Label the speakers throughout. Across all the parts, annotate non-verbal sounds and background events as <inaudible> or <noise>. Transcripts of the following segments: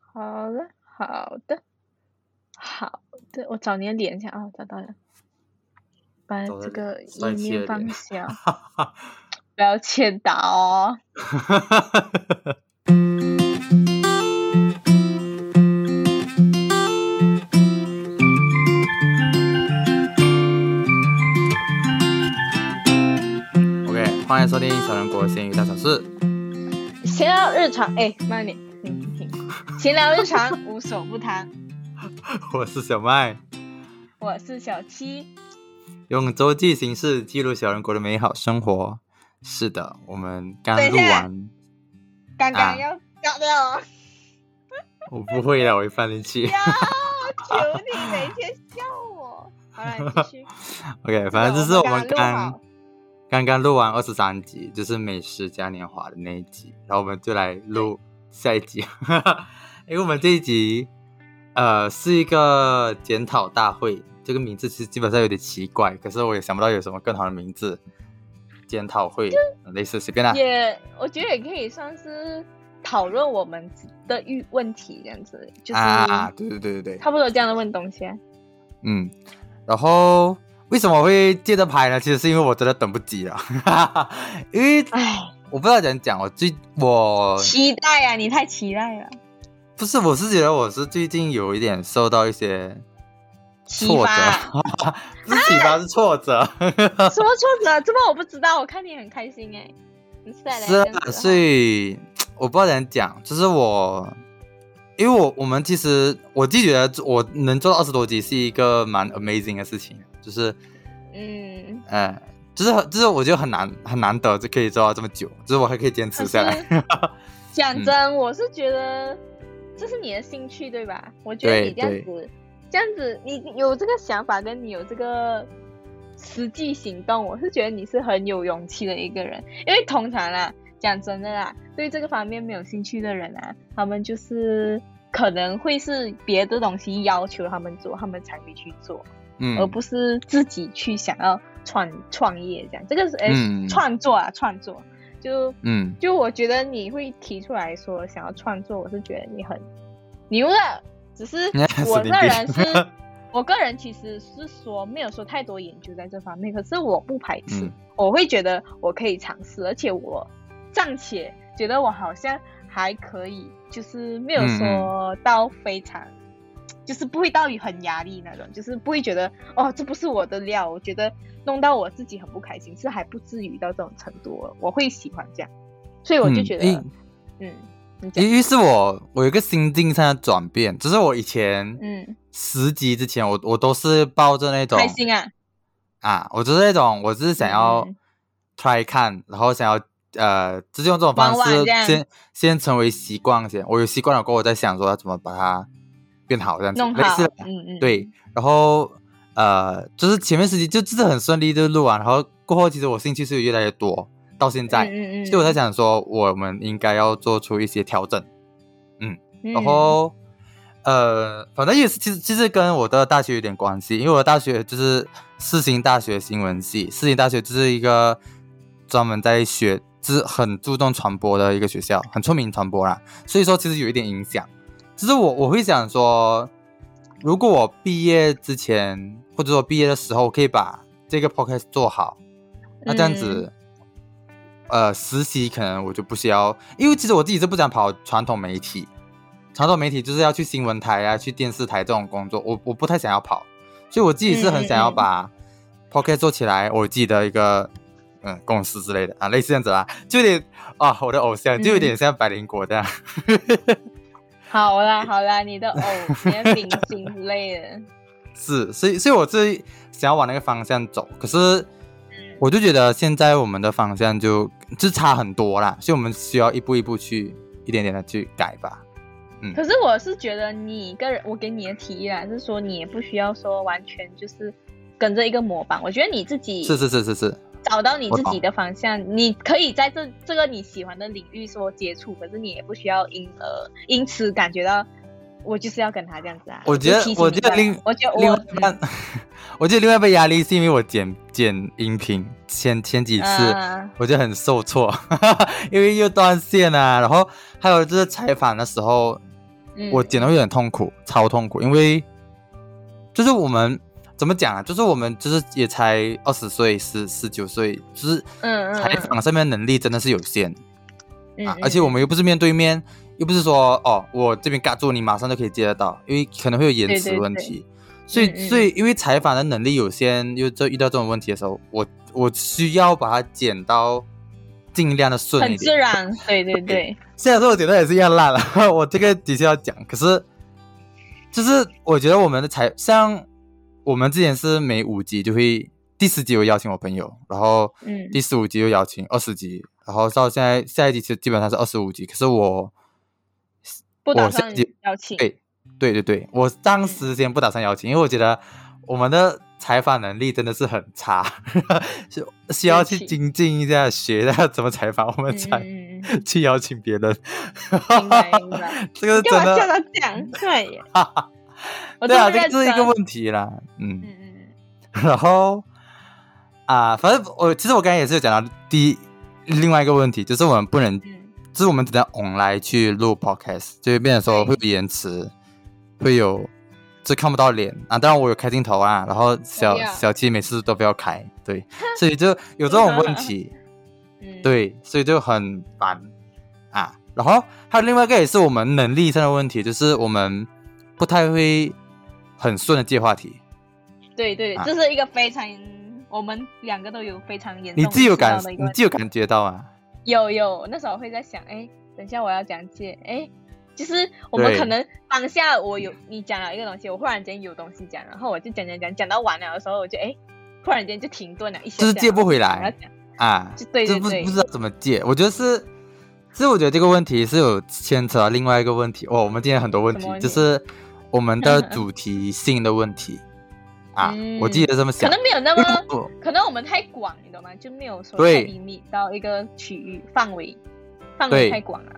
Speaker 1: 好了，好的，好的，我找你的脸一下啊、找到了，把
Speaker 2: 找到
Speaker 1: 这个
Speaker 2: 找
Speaker 1: 页
Speaker 2: 你贴
Speaker 1: 面
Speaker 2: 的
Speaker 1: 放
Speaker 2: 脸
Speaker 1: 小，
Speaker 2: <laughs> 哈哈
Speaker 1: <laughs> 不要欠打
Speaker 2: <laughs>
Speaker 1: 哦。
Speaker 2: 哈。OK，欢迎收听小人国咸鱼大小事。 <laughs>
Speaker 1: 闲聊日常，哎、慢点，停停，闲聊日常无所不谈， <laughs>
Speaker 2: 我是小麦，
Speaker 1: 我是小七，
Speaker 2: 用周记形式记录小人国的美好生活。是的，我们刚
Speaker 1: 等一
Speaker 2: 录
Speaker 1: 下
Speaker 2: 完，
Speaker 1: 刚
Speaker 2: 啊
Speaker 1: 刚要炸掉了，
Speaker 2: 我不会的，我会放进去。
Speaker 1: 呀、 <laughs> 求你每天笑
Speaker 2: <laughs>
Speaker 1: 我。好了，你继续。
Speaker 2: OK，反正就是
Speaker 1: 我
Speaker 2: 我
Speaker 1: 们
Speaker 2: 们
Speaker 1: 刚刚录
Speaker 2: 刚
Speaker 1: 好
Speaker 2: 刚刚录完二十三集，就是美食嘉年华的那一集，然后我们就来录下一集， <laughs> 因为我们这一集呃是一个检讨大会，这个名字其实基本上有点奇怪，可是我也想不到有什么更好的名字，检讨会类似随便啦。
Speaker 1: 也，我觉得也可以算是讨论我们的遇问题这样子，就是
Speaker 2: 啊，对对对对对，
Speaker 1: 差不多这样的问东西啊。
Speaker 2: 嗯，然后为什么会接着拍呢？其实是因为我真的等不及了， <laughs> 因为
Speaker 1: 唉，
Speaker 2: 我不知道怎样讲，我最我
Speaker 1: 哎期待啊，你太期待了，
Speaker 2: 不是，我是觉得我是最近有一点受到一些
Speaker 1: 启
Speaker 2: 挫 <laughs>
Speaker 1: 发。
Speaker 2: 折，不是启发是挫折，
Speaker 1: 什么挫折？怎么我不知道？我看你很开心哎、很 sad 欸
Speaker 2: 是
Speaker 1: 这样
Speaker 2: 啊，
Speaker 1: 子
Speaker 2: 所以我不知道怎样讲，就是我，因为我我们其实我自己觉得我能做到二十多集是一个蛮 amazing 的事情，就是
Speaker 1: 嗯，
Speaker 2: 呃，就是很就是我觉得很难很难得就可以做到这么久，就是我还可以坚持下来，嗯
Speaker 1: 讲真，我是觉得这是你的兴趣对吧？我觉得
Speaker 2: 对
Speaker 1: 你这样子，这样子你有这个想法，跟你有这个实际行动，我是觉得你是很有勇气的一个人。因为通常啦，讲真的啦，对这个方面没有兴趣的人啊，他们就是可能会是别的东西要求他们做，他们才会去做。
Speaker 2: <laughs> 嗯
Speaker 1: 而不是自己去想要创创业这样。这个是哎、
Speaker 2: 嗯
Speaker 1: 创作啊，创作就
Speaker 2: 嗯
Speaker 1: 就我觉得你会提出来说想要创作，我是觉得你很牛的，只
Speaker 2: <laughs>
Speaker 1: 是
Speaker 2: 神
Speaker 1: 我
Speaker 2: 经
Speaker 1: 个
Speaker 2: 病
Speaker 1: 人
Speaker 2: <laughs>
Speaker 1: 是。我个人其实是说没有说太多研究在这方面，可是我不排斥，
Speaker 2: 嗯
Speaker 1: 我会觉得我可以尝试，而且我暂且觉得我好像还可以，就是没有
Speaker 2: 嗯嗯
Speaker 1: 说到非常，就是不会到很压力那种，就是不会觉得哦这不是我的料，我觉得弄到我自己很不开心，是还不至于到这种程度，哦我会喜欢这样，所以我就
Speaker 2: 嗯
Speaker 1: 觉得，
Speaker 2: 诶
Speaker 1: 嗯，你讲，
Speaker 2: 因于是我我有一个心境上的转变，就是我以前
Speaker 1: 嗯，
Speaker 2: 十集之前，我我都是抱着那种
Speaker 1: 开心啊，
Speaker 2: 啊，我就是那种我就是想要
Speaker 1: 嗯
Speaker 2: try 看，然后想要呃，就是用这种方
Speaker 1: 玩玩
Speaker 2: 式
Speaker 1: 这样
Speaker 2: 先先成为习惯先，我有习惯了过后，我再想说要怎么把它变好这样子，
Speaker 1: 弄
Speaker 2: 类
Speaker 1: 好
Speaker 2: 似的，
Speaker 1: 嗯嗯，
Speaker 2: 啊对，然后呃，就是前面十集就就是很顺利就录完，然后过后其实我兴趣是越来越多，到现在，
Speaker 1: 嗯嗯嗯，
Speaker 2: 所以我在想说我们应该要做出一些调整。
Speaker 1: 嗯，
Speaker 2: 然后呃，反正也是，其实其实跟我的大学有点关系，因为我的大学就是世新大学新闻系，世新大学就是一个专门在学，就是很注重传播的一个学校，很出名传播啦，所以说其实有一点影响。其实我我会想说，如果我毕业之前或者说毕业的时候，可以把这个 podcast 做好，那这样子，呃，实习可能我就不需要，因为其实我自己是不想跑传统媒体，传统媒体就是要去新闻台啊、去电视台这种工作，我我不太想要跑，所以我自己是很想要
Speaker 1: 嗯嗯嗯
Speaker 2: 把 p o c k e t 做起来，我自己的一个嗯公司之类的啊，类似这样子啦，就有点啊，我的偶像就有
Speaker 1: 嗯
Speaker 2: 点像百灵果这样，
Speaker 1: 好啦好啦，你的偶，你
Speaker 2: <laughs>
Speaker 1: 的明星之类的，
Speaker 2: 是，所以所以我是想要往那个方向走，可是我就觉得现在我们的方向就就差很多啦，所以我们需要一步一步去一点点的去改吧。
Speaker 1: 可是我是觉得你个人，我给你的提议啊啦，是说你也不需要说完全就是跟着一个模板。我觉得你自己
Speaker 2: 是是是是是，
Speaker 1: 找到你
Speaker 2: 我
Speaker 1: 自己
Speaker 2: 懂
Speaker 1: 的方向，你可以在这这个你喜欢的领域说接触，可是你也不需要因而因此感觉到我就是要跟他这样子啊。
Speaker 2: 我觉得
Speaker 1: 就提醒
Speaker 2: 我
Speaker 1: 你
Speaker 2: 觉得
Speaker 1: 吧
Speaker 2: 另
Speaker 1: 我觉得
Speaker 2: 另
Speaker 1: 我嗯
Speaker 2: 外一半， <laughs> 我觉得另外一半压力是因为我剪剪音频前前几次。
Speaker 1: 嗯
Speaker 2: 我就很 <laughs> 受挫，因为又断线啊，然后还有就是采访的时候，
Speaker 1: 嗯
Speaker 2: 我剪的会很痛苦，超痛苦，因为就是我们怎么讲啊，就是我们就是也才二十岁、十十九岁，就是
Speaker 1: 嗯嗯
Speaker 2: 采访上面能力真的是有限、
Speaker 1: 嗯
Speaker 2: 啊
Speaker 1: 嗯，
Speaker 2: 而且我们又不是面对面，又不是说哦我这边嘎住你马上就可以接得到，因为可能会有延
Speaker 1: 对
Speaker 2: 迟
Speaker 1: 对
Speaker 2: 问
Speaker 1: 对
Speaker 2: 题。所以，
Speaker 1: 嗯嗯
Speaker 2: 所以因为采访的能力有限，又这遇到这种问题的时候，我我需要把它剪到尽量的顺
Speaker 1: 很
Speaker 2: 一
Speaker 1: 自
Speaker 2: 点。
Speaker 1: 然，对对对，
Speaker 2: 虽然说我剪到也是一样烂了， <laughs> 我这个的确要讲，可是就是我觉得我们的采像我们之前是每五集就会第四集有邀请我朋友，然后
Speaker 1: 嗯
Speaker 2: 第十五集又邀请二十集，然后到现在下一集其实基本上是二十五集，可是我
Speaker 1: 不打
Speaker 2: 我下
Speaker 1: 算
Speaker 2: 集
Speaker 1: 邀请，
Speaker 2: 对对对对，我当时先不打算邀请，因为我觉得我们的采访能力真的是很差， <laughs> 需需要去
Speaker 1: 对不起
Speaker 2: 精进一下，学一下怎么采访，我
Speaker 1: 嗯
Speaker 2: 们
Speaker 1: 嗯
Speaker 2: 才
Speaker 1: 嗯嗯，
Speaker 2: 去邀请别人。
Speaker 1: 明
Speaker 2: <laughs>
Speaker 1: 白明白，
Speaker 2: 这个是
Speaker 1: 干
Speaker 2: 真
Speaker 1: 嗯嘛叫
Speaker 2: 的，
Speaker 1: 他讲？
Speaker 2: <laughs>
Speaker 1: 对，我
Speaker 2: 对啊，
Speaker 1: 真的
Speaker 2: 这个
Speaker 1: 认
Speaker 2: 是一
Speaker 1: 真
Speaker 2: 个问题啦，
Speaker 1: 嗯
Speaker 2: 嗯，
Speaker 1: 嗯嗯，
Speaker 2: 然后啊，反正我其实我刚才也是有讲到第一另外一个问题，就是我们不能，
Speaker 1: 嗯
Speaker 2: 就是我们只能 online 去录 podcast，就会变成说会有延迟，会有就看不到脸啊。当然我有开镜头啊，然后小、
Speaker 1: 哎呀
Speaker 2: 小七每次都不要开，
Speaker 1: <laughs>
Speaker 2: 对，所以就有这种问题，
Speaker 1: 嗯，
Speaker 2: 对，所以就很烦啊。然后还有另外一个也是我们能力上的问题，就是我们不太会很顺的接话题。
Speaker 1: 对对
Speaker 2: 啊
Speaker 1: 对，这是一个非常。我们两个都有非常严重
Speaker 2: 你自己有感
Speaker 1: 知道，的一个
Speaker 2: 你
Speaker 1: 问
Speaker 2: 自
Speaker 1: 题
Speaker 2: 己有感觉到啊？
Speaker 1: 有有，那时候会在想，哎，等一下我要讲解，哎，其实我们
Speaker 2: 对
Speaker 1: 可能当下我有你讲了一个东西，我忽然间有东西讲，然后我就讲讲讲讲到完了的时候，我就哎，忽然间就停顿了一下
Speaker 2: 就
Speaker 1: 下，
Speaker 2: 是接不回来
Speaker 1: 我要讲，
Speaker 2: 啊，
Speaker 1: 就对
Speaker 2: 这
Speaker 1: 对
Speaker 2: 不
Speaker 1: 对
Speaker 2: 不知道怎么借，我觉得是，其实我觉得这个问题是有牵扯到另外一个问题哦。我们今天很多问
Speaker 1: 什
Speaker 2: 题
Speaker 1: 么，问
Speaker 2: 就
Speaker 1: 题
Speaker 2: 是我
Speaker 1: <laughs>
Speaker 2: 们的主题性的问题啊，我记
Speaker 1: 嗯
Speaker 2: 得这么想
Speaker 1: 可。能没有那
Speaker 2: 因为
Speaker 1: 么，
Speaker 2: 我
Speaker 1: 可能我们太广，你懂吗？就没有说
Speaker 2: 对
Speaker 1: 太 limit 到一个区域范围，范
Speaker 2: 对
Speaker 1: 围太广了。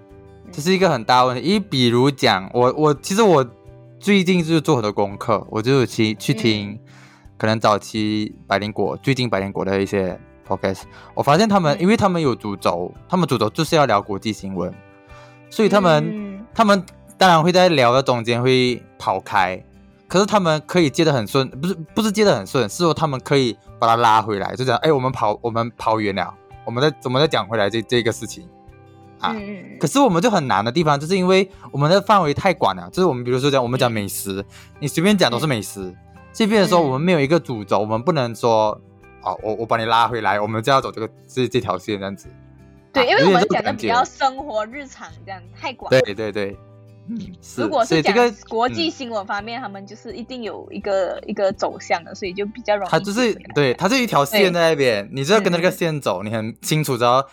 Speaker 2: 这是一个很大的问题，因为比如讲，我我其实我最近就是做很多功课，我就有去
Speaker 1: 嗯
Speaker 2: 去听，可能早期百灵果，最近百灵果的一些 podcast，我发现他们，
Speaker 1: 嗯
Speaker 2: 因为他们有主轴，他们主轴就是要聊国际新闻，所以他们、
Speaker 1: 嗯
Speaker 2: 他们当然会在聊的中间会跑开，可是他们可以接得很顺，不是不是接得很顺，是说他们可以把它拉回来，就讲哎，我们跑我们跑远了，我们再我们再讲回来这这个事情啊。
Speaker 1: 嗯嗯
Speaker 2: 可是我们就很难的地方，就是因为我们的范围太广了。就是我们比如说讲，我们讲美食，你随便讲都是美食，这边的时候
Speaker 1: 嗯
Speaker 2: 我们没有一个主轴，我们不能说，哦，我我把你拉回来，我们就要走这个这这条线这样子。
Speaker 1: 对，
Speaker 2: 啊
Speaker 1: 因为
Speaker 2: 有
Speaker 1: 我们
Speaker 2: 点这种
Speaker 1: 讲的
Speaker 2: 感
Speaker 1: 比
Speaker 2: 觉
Speaker 1: 较生活日常这样，太广。
Speaker 2: 对对对，嗯，是。
Speaker 1: 如果
Speaker 2: 所
Speaker 1: 是
Speaker 2: 以这
Speaker 1: 讲
Speaker 2: 个
Speaker 1: 国际
Speaker 2: 嗯
Speaker 1: 新闻方面，他们就是一定有一个一个走向的，啊所以就比较容易。
Speaker 2: 嗯它就是对，，它是一条线在那边，你就要跟着那个
Speaker 1: 嗯嗯
Speaker 2: 线走，你很清楚知道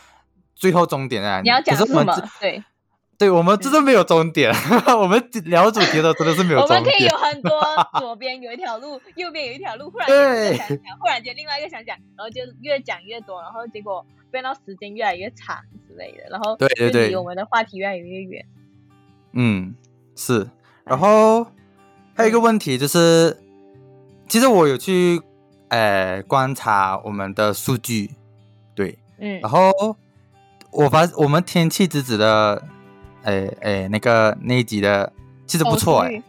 Speaker 2: 最后终点在哪里。
Speaker 1: 你要讲
Speaker 2: 可
Speaker 1: 的
Speaker 2: 是
Speaker 1: 是
Speaker 2: 我
Speaker 1: 什
Speaker 2: 们
Speaker 1: 么
Speaker 2: 这？
Speaker 1: 对，
Speaker 2: 对我们真的没有终点， <laughs> 我们聊主题的真的是没有
Speaker 1: 我
Speaker 2: 终点。
Speaker 1: 们可以有很
Speaker 2: <laughs>
Speaker 1: 多，左边有一条路，右边有一条路，忽然间一
Speaker 2: 对
Speaker 1: 个想想，忽然间另外一个想想，然后就越讲越多，然后结果变到时间越来越长之类的，然后
Speaker 2: 对对
Speaker 1: 就
Speaker 2: 对
Speaker 1: 离我们的话题越来越远。
Speaker 2: 嗯，是。然后还有一个问题就是，其实我有去呃观察我们的数据，对，
Speaker 1: 嗯
Speaker 2: 然后我发我们天气之子的，呃呃那个那一集的其实不错
Speaker 1: 哦
Speaker 2: 哎、
Speaker 1: 是绿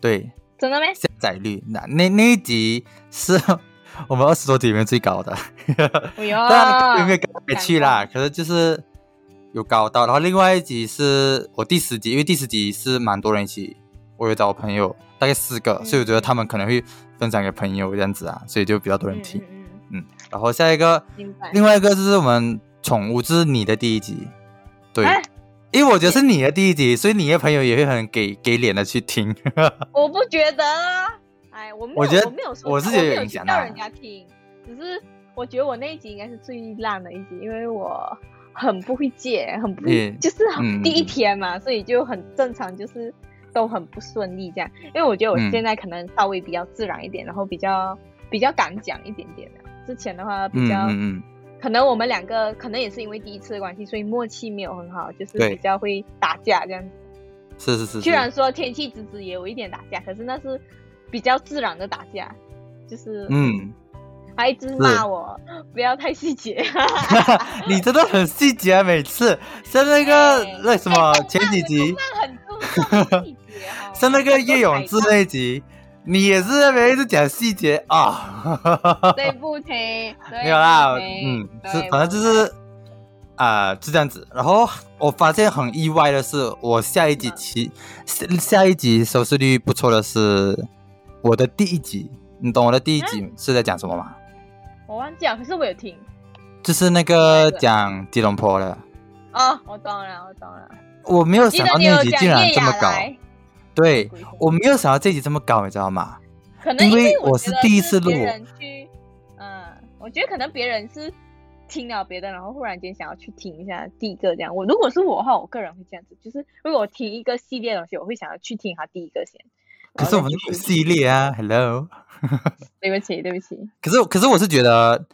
Speaker 2: 对，
Speaker 1: 真的吗？
Speaker 2: <laughs> 下载率那那那一集是 <laughs> 我们二十多集里面最高的。
Speaker 1: 哎
Speaker 2: 当然有没有
Speaker 1: 呦，
Speaker 2: 高回去啦？可是就是有搞到。然后另外一集是我第十集，因为第十集是蛮多人一起，我有找我朋友，大概四个，
Speaker 1: 嗯
Speaker 2: 所以我觉得他们可能会分享给朋友这样子啊，所以就比较多人
Speaker 1: 嗯
Speaker 2: 听。
Speaker 1: 嗯嗯，
Speaker 2: 然后下一个，
Speaker 1: 明白。
Speaker 2: 另外一个就是我们宠物，这是你的第一集，对。
Speaker 1: 哎
Speaker 2: 因为我觉得是你的第一集，所以你的朋友也会很给给脸的去听。
Speaker 1: 我不觉得啊，哎，我没有，
Speaker 2: 我
Speaker 1: 我
Speaker 2: 觉得
Speaker 1: 没有说
Speaker 2: 我
Speaker 1: 是
Speaker 2: 是
Speaker 1: 没
Speaker 2: 觉得有
Speaker 1: 有
Speaker 2: 影响
Speaker 1: 去叫
Speaker 2: 啊
Speaker 1: 人家听，只是我觉得我那一集应该是最烂的一集，因为我很不会接，很不会，
Speaker 2: 嗯
Speaker 1: 就是
Speaker 2: 嗯
Speaker 1: 很第一天嘛，所以就很正常，就是都很不顺利这样。因为我觉得我
Speaker 2: 嗯
Speaker 1: 现在可能稍微比较自然一点，然后比较比较敢讲一点点了。之前的话 <laughs> 比
Speaker 2: <laughs> 嗯
Speaker 1: 较，
Speaker 2: 嗯
Speaker 1: 可能我们两个可能也是因为第一次的关系，所以默契没有很好，就是比
Speaker 2: 对
Speaker 1: 较会打架这样子。
Speaker 2: 嗯，是是是是。
Speaker 1: 虽然说天气之子也有一点打架，可是那是比较自然的打架，就是
Speaker 2: 嗯，
Speaker 1: 他一直骂我不要太细节，
Speaker 2: 你真的很细节啊，每次像那个
Speaker 1: 哎
Speaker 2: 那什么
Speaker 1: 哎动漫
Speaker 2: 前几集
Speaker 1: 动漫很注种细
Speaker 2: <laughs>
Speaker 1: 节哦
Speaker 2: 像那个叶永志那一集，你也是那边一直讲细节啊。
Speaker 1: 对不起，对
Speaker 2: 没有啦，
Speaker 1: 不起
Speaker 2: 嗯，
Speaker 1: 对
Speaker 2: 是反正就是啊、是这样子。然后我发现很意外的是，我下一集
Speaker 1: 嗯
Speaker 2: 期下下一集收视率不错的是我的第一集，你懂我的第一
Speaker 1: 嗯
Speaker 2: 集是在讲什么吗？
Speaker 1: 我忘记了，可是我有听。
Speaker 2: 就是那个
Speaker 1: 哪一个
Speaker 2: 讲吉隆坡的，
Speaker 1: 哦，我懂了，我懂了。
Speaker 2: 我没有
Speaker 1: 记
Speaker 2: 想
Speaker 1: 得
Speaker 2: 到
Speaker 1: 你
Speaker 2: 那
Speaker 1: 有
Speaker 2: 一集
Speaker 1: 讲
Speaker 2: 竟然
Speaker 1: 叶
Speaker 2: 这么
Speaker 1: 雅
Speaker 2: 高，
Speaker 1: 来，
Speaker 2: 对
Speaker 1: 鬼神
Speaker 2: 我没有想到这一集这么高，你知道吗？
Speaker 1: 可能
Speaker 2: 因为
Speaker 1: 我
Speaker 2: 我
Speaker 1: 觉
Speaker 2: 是
Speaker 1: 得
Speaker 2: 第一次录
Speaker 1: 别人去，嗯，我觉得可能别人是听了别的，然后忽然间想要去听一下第一个这样。我如果是我的话，我个人会这样子，就是如果我听一个系列的东西，我会想要去听它第一个先。
Speaker 2: 可是我们有
Speaker 1: 有
Speaker 2: 系列啊，Hello。
Speaker 1: 对不起，对不起，
Speaker 2: 可是可是我是觉得，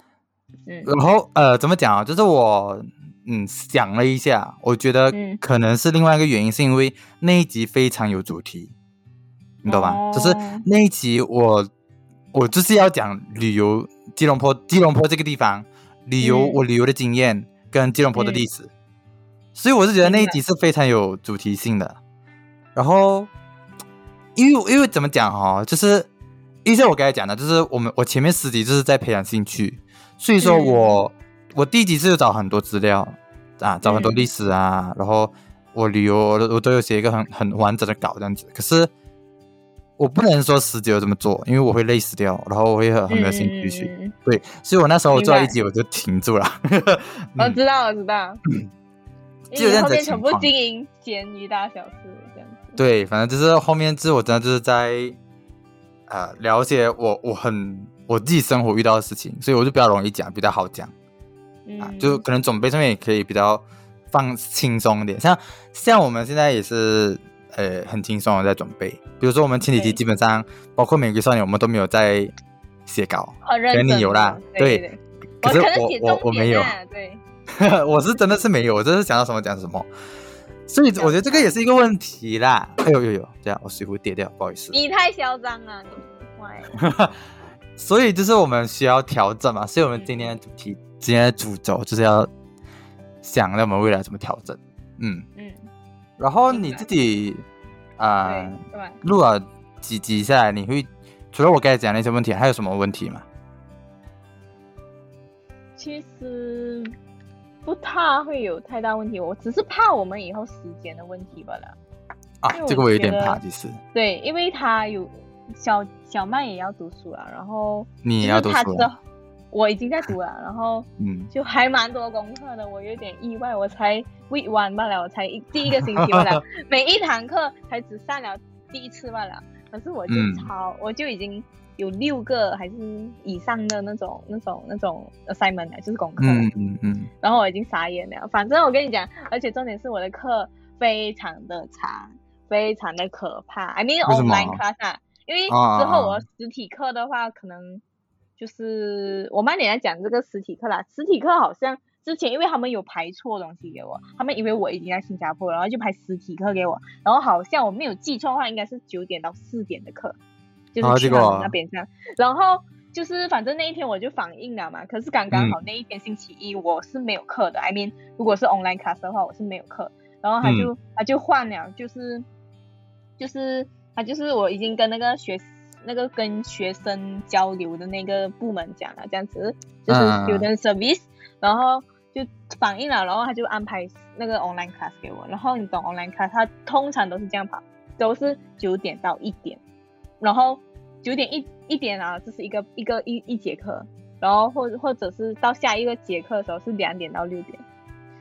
Speaker 1: 嗯
Speaker 2: 然后呃，怎么讲啊？就是我嗯想了一下，我觉得
Speaker 1: 嗯
Speaker 2: 可能是另外一个原因，是因为那一集非常有主题，你懂吧？就是
Speaker 1: 哦
Speaker 2: 那一集我我就是要讲旅游吉隆坡，吉隆坡这个地方旅游、
Speaker 1: 嗯
Speaker 2: 我旅游的经验跟吉隆坡的
Speaker 1: 嗯
Speaker 2: 历史，所以我是觉得那一
Speaker 1: 明白
Speaker 2: 集是非常有主题性的。然后，因为因为怎么讲哈、哦，就是因为像我刚才讲的，就是我们我前面十集就是在培养兴趣，所以说
Speaker 1: 嗯
Speaker 2: 我、我第一集是有找很多资料啊，找很多
Speaker 1: 嗯
Speaker 2: 历史啊，然后我旅游我都我都有写一个很很完整的稿这样子，可是。我不能说十集有这么做，因为我会累死掉，然后我会很很没有兴趣去。
Speaker 1: 嗯嗯嗯
Speaker 2: 对，所以我那时候我
Speaker 1: 明
Speaker 2: 做到一
Speaker 1: 白
Speaker 2: 集我就停住了。
Speaker 1: 嗯我
Speaker 2: 嗯
Speaker 1: 知道，我知道。
Speaker 2: <laughs> 就
Speaker 1: 你
Speaker 2: 有这样
Speaker 1: 后
Speaker 2: 子的
Speaker 1: 面
Speaker 2: 情
Speaker 1: 全部
Speaker 2: 况
Speaker 1: 经营咸鱼大小事这样子。
Speaker 2: 对，反正就是后面就是我真的就是在呃了解我我很我自己生活遇到的事情，所以我就比较容易讲，比较好讲啊，
Speaker 1: 嗯，
Speaker 2: 就可能准备上面也可以比较放轻松一点。像像我们现在也是呃很轻松的在准备，比如说我们前几集
Speaker 1: 对
Speaker 2: 基本上包括《玫瑰少年》，我们都没有在写稿，
Speaker 1: 很认
Speaker 2: 可
Speaker 1: 真
Speaker 2: 能
Speaker 1: 的。
Speaker 2: 你有啦
Speaker 1: 对
Speaker 2: 对
Speaker 1: 对。
Speaker 2: 可是
Speaker 1: 我
Speaker 2: 我
Speaker 1: 哦写
Speaker 2: 我
Speaker 1: 重
Speaker 2: 我
Speaker 1: 点
Speaker 2: 没有。
Speaker 1: 啊对，
Speaker 2: <laughs> 我是真的是没有，我真是想到什么讲什么。所以我觉得这个也是一个问题啦。哎呦呦呦，这样我水壶跌掉，不好意思。
Speaker 1: 你太嚣张了，
Speaker 2: <laughs>
Speaker 1: 乖。
Speaker 2: 所以就是我们需要调整嘛，所以
Speaker 1: 嗯
Speaker 2: 我们今天的主题，今天的主轴就是要想我们未来怎么调整。嗯，
Speaker 1: 嗯，
Speaker 2: 然后
Speaker 1: 明白
Speaker 2: 你自己啊、
Speaker 1: 对
Speaker 2: 呃，
Speaker 1: 对吧？
Speaker 2: 录了几集下来，你会除了我刚才讲那些问题，还有什么问题吗？
Speaker 1: 其实不太会有太大问题，我只是怕我们以后时间的问题罢了。
Speaker 2: 啊
Speaker 1: 因为，我
Speaker 2: 这个我有点
Speaker 1: 觉得
Speaker 2: 怕，其实
Speaker 1: 对，因为他有小小曼也要读书了，然后
Speaker 2: 你也要
Speaker 1: 就
Speaker 2: 读
Speaker 1: 是他
Speaker 2: 书
Speaker 1: 之
Speaker 2: 了。
Speaker 1: 后，我已经在读
Speaker 2: <laughs>
Speaker 1: 了，然后
Speaker 2: 嗯，
Speaker 1: 就还蛮多功课的，我有点意外，我才 week one 罢了，我才一第一个星期罢
Speaker 2: <laughs>
Speaker 1: 了，每一堂课才只上了第一次罢了，可是我就
Speaker 2: 嗯
Speaker 1: 超，我就已经有六个还是以上的那种那种那种 assignment 了，就是功课了，
Speaker 2: 嗯嗯嗯，
Speaker 1: 然后我已经傻眼了。反正我跟你讲，而且重点是我的课非常的长，非常的可怕。I mean
Speaker 2: 为什么
Speaker 1: online class 啊，因为之
Speaker 2: 啊啊啊
Speaker 1: 后我实体课的话，可能就是我慢点来讲这个实体课啦。实体课好像之前因为他们有排错东西给我，他们以为我已经在新加坡了，然后就排实体课给我，然后好像我没有记错的话，应该是九点到四点的课，就
Speaker 2: 啊
Speaker 1: 是去
Speaker 2: 结果
Speaker 1: 他们那边这样。然后就是反正那一天我就反应了嘛，可是刚刚好那一天星期一我是没有课的、i mean 如果是 online class 的话我是没有课，然后他就、他就换了，就是就是他就是我已经跟那个学那个跟学生交流的那个部门讲了，这样子就是
Speaker 2: 嗯
Speaker 1: student service，、然后就反应了，然后他就安排那个 online class 给我，然后你懂 online class，他通常都是这样跑，都是九点到一点，然后九点一一点啊，这是一个一个一一节课，然后或或者是到下一个节课的时候是两点到六点，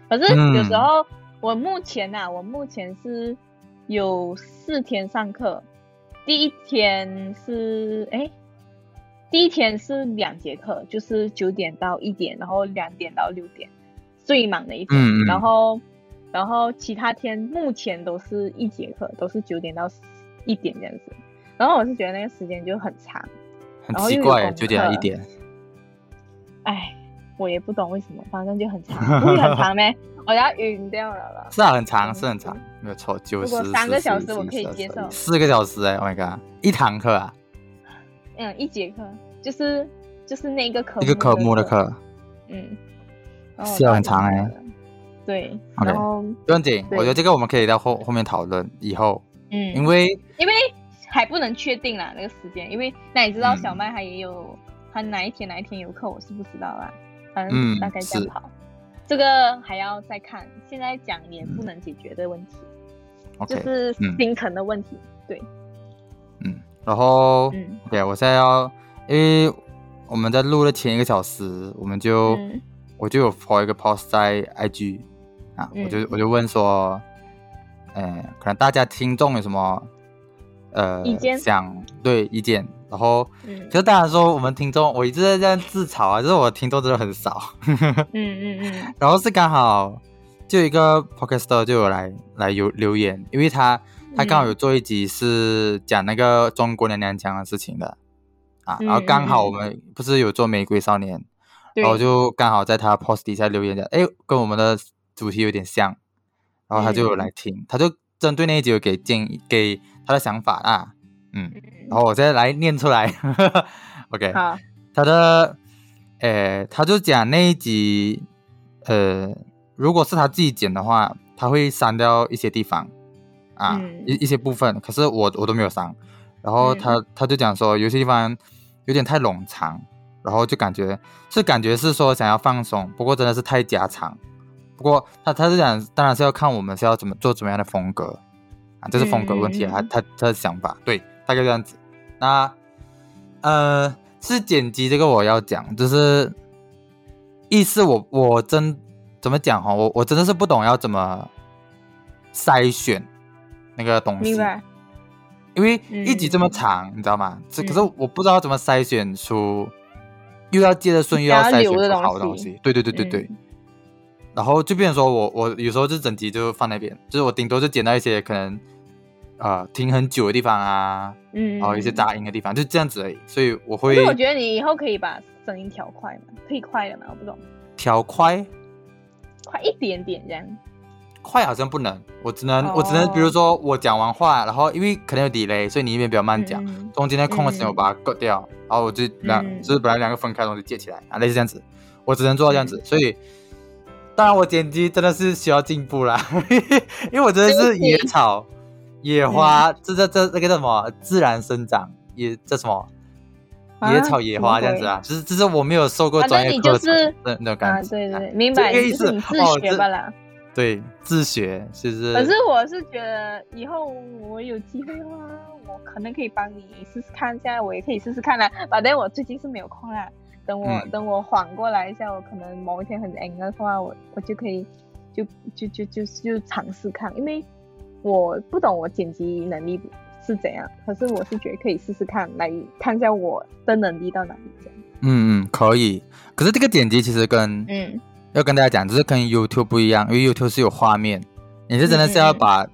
Speaker 1: 可是
Speaker 2: 嗯
Speaker 1: 有时候、我目前呐、我目前是有四天上课，第一天是哎。诶第一天是两节课，就是九点到一点，然后两点到六点，最忙的一天。
Speaker 2: 嗯嗯
Speaker 1: 然后，然后其他天目前都是一节课，都是九点到一点这样子。然后我是觉得那个时间就很长，
Speaker 2: 很
Speaker 1: 然后
Speaker 2: 奇
Speaker 1: 又有
Speaker 2: 怪，
Speaker 1: 功
Speaker 2: 九点到一
Speaker 1: 课
Speaker 2: 点。
Speaker 1: 唉，哎我也不懂为什么，反正就很
Speaker 2: <laughs>
Speaker 1: 长，不会很长咩？我要晕掉了啦。
Speaker 2: 是啊，很长，
Speaker 1: 嗯
Speaker 2: 是很长，没有错，九
Speaker 1: 果
Speaker 2: 十
Speaker 1: 三个小时
Speaker 2: 40
Speaker 1: 我可以
Speaker 2: 40
Speaker 1: 接受
Speaker 2: 四个小时哎，Oh my god，一堂课
Speaker 1: <laughs>
Speaker 2: 啊，
Speaker 1: 嗯，一节课就是就是那个科
Speaker 2: 一个科目的
Speaker 1: 的，
Speaker 2: 课，
Speaker 1: 嗯，
Speaker 2: 是啊很长欸
Speaker 1: 哎。对
Speaker 2: OK
Speaker 1: 然后
Speaker 2: 不用紧，
Speaker 1: 对
Speaker 2: 我觉得这个我们可以到后后面讨论以后，
Speaker 1: 嗯，
Speaker 2: 因为
Speaker 1: 因为还不能确定啦那个时间，因为那你知道
Speaker 2: 嗯
Speaker 1: 小麦他也有、他哪一天哪一天有课，我是不知道啦，反
Speaker 2: 嗯
Speaker 1: 正大概这
Speaker 2: 是
Speaker 1: 样跑。这个还要再看，现在讲也不能解决的问题，就
Speaker 2: OK，
Speaker 1: 是
Speaker 2: 嗯
Speaker 1: 心疼的问题。对，
Speaker 2: 嗯，然后
Speaker 1: 嗯
Speaker 2: OK，我现在要，因为我们在录的前一个小时，我们就、
Speaker 1: 嗯
Speaker 2: 我就有 po 一个 post 在 IG 啊，我就
Speaker 1: 嗯
Speaker 2: 我就问说，呃，可能大家听众有什么呃
Speaker 1: 意见
Speaker 2: 想对意见，然后
Speaker 1: 嗯
Speaker 2: 就当然说我们听众，我一直在这样自嘲啊，就是我听众真的很少，
Speaker 1: 嗯嗯嗯
Speaker 2: 然后是刚好就有一个 podcaster 就有来来有留言，因为他他刚好
Speaker 1: 嗯
Speaker 2: 有做一集是讲那个中国娘娘腔的事情的啊，然后
Speaker 1: 嗯
Speaker 2: 刚好
Speaker 1: 嗯
Speaker 2: 我们不是有做玫瑰少年，
Speaker 1: 对
Speaker 2: 然后哦就刚好在他 post 底下留言讲，哎，跟我们的主题有点像，然后他
Speaker 1: 嗯
Speaker 2: 就有来听，他就针对那一集有给建议，给他的想法啊，嗯，然后我再来念出来 <laughs> ，OK，
Speaker 1: 好，
Speaker 2: 他的，呃，他就讲那一集，呃，如果是他自己剪的话，他会删掉一些地方，啊，
Speaker 1: 嗯
Speaker 2: 一一些部分，可是我我都没有删。然后他、他就讲说，有些地方有点太冗长，然后就感觉是感觉是说想要放松，不过真的是太加长。不过他他是讲，当然是要看我们是要怎么做怎么样的风格啊，这是风格问题啊，
Speaker 1: 嗯嗯嗯
Speaker 2: 他他他的想法对，大概这样子。那呃，是剪辑这个我要讲，就是意思我我真怎么讲哈，我我真的是不懂要怎么筛选那个东西
Speaker 1: 明，白。
Speaker 2: 因为
Speaker 1: 嗯
Speaker 2: 一集这么长，你知道吗？这
Speaker 1: 嗯
Speaker 2: 可是我不知道怎么筛选出，又要接着顺，又要筛选
Speaker 1: 想要留
Speaker 2: 出
Speaker 1: 的
Speaker 2: 好的东
Speaker 1: 东西
Speaker 2: 西。对对对对对。
Speaker 1: 嗯
Speaker 2: 然后就变成说我我有时候就整集就放那边，就是我顶多就捡到一些可能呃停很久的地方啊，
Speaker 1: 嗯，
Speaker 2: 然后一些
Speaker 1: 杂。
Speaker 2: 杂音的地方，就这样子而已。所以我
Speaker 1: 可
Speaker 2: 会
Speaker 1: 是我觉得你以后可以把声音调快嘛，可以快的嘛，我不懂，
Speaker 2: 调快，
Speaker 1: 快一点点这样。
Speaker 2: 快好像不能，我只能、
Speaker 1: 哦
Speaker 2: 我只能比如说我讲完话，然后因为可能有 delay，所以你一边比较慢讲，
Speaker 1: 嗯嗯
Speaker 2: 中间的空的时
Speaker 1: 嗯
Speaker 2: 间我把它割掉，然后我就两、
Speaker 1: 嗯
Speaker 2: 就是本来两个分开，然后就接起来啊，类似这样子，我只能做到这样子，
Speaker 1: 嗯
Speaker 2: 所以。当然，我剪辑真的是需要进步啦， <laughs> 因为我真的是野草、
Speaker 1: 嗯
Speaker 2: 野花，这这这这个叫什么自然生长，野这什么、
Speaker 1: 啊
Speaker 2: 野草野花这样子啊，就是就是我没有受过
Speaker 1: 反
Speaker 2: 专业
Speaker 1: 正你
Speaker 2: 课
Speaker 1: 就
Speaker 2: 程的
Speaker 1: 是
Speaker 2: 那种
Speaker 1: 啊，
Speaker 2: 感觉，
Speaker 1: 对对
Speaker 2: 啊
Speaker 1: 对，明白，
Speaker 2: 这个意
Speaker 1: 就
Speaker 2: 思
Speaker 1: 是你自
Speaker 2: 哦
Speaker 1: 学
Speaker 2: 这
Speaker 1: 吧啦。
Speaker 2: 对，自学就是。
Speaker 1: 可是我是觉得以后我有机会的话，我可能可以帮你试试看，现在我也可以试试看啦。反正我最近是没有空啦，等我、
Speaker 2: 嗯
Speaker 1: 等我缓过来一下，我可能某一天很 ang 的话，我我就可以就就就就就尝试看，因为我不懂我剪辑能力是怎样，可是我是觉得可以试试看，来看一下我的能力到哪里这样。
Speaker 2: 嗯嗯，可以。可是这个剪辑其实跟、
Speaker 1: 嗯，
Speaker 2: 要跟大家讲，就是跟 YouTube 不一样，因为 YouTube 是有画面，你是真的是要
Speaker 1: 嗯嗯嗯
Speaker 2: 把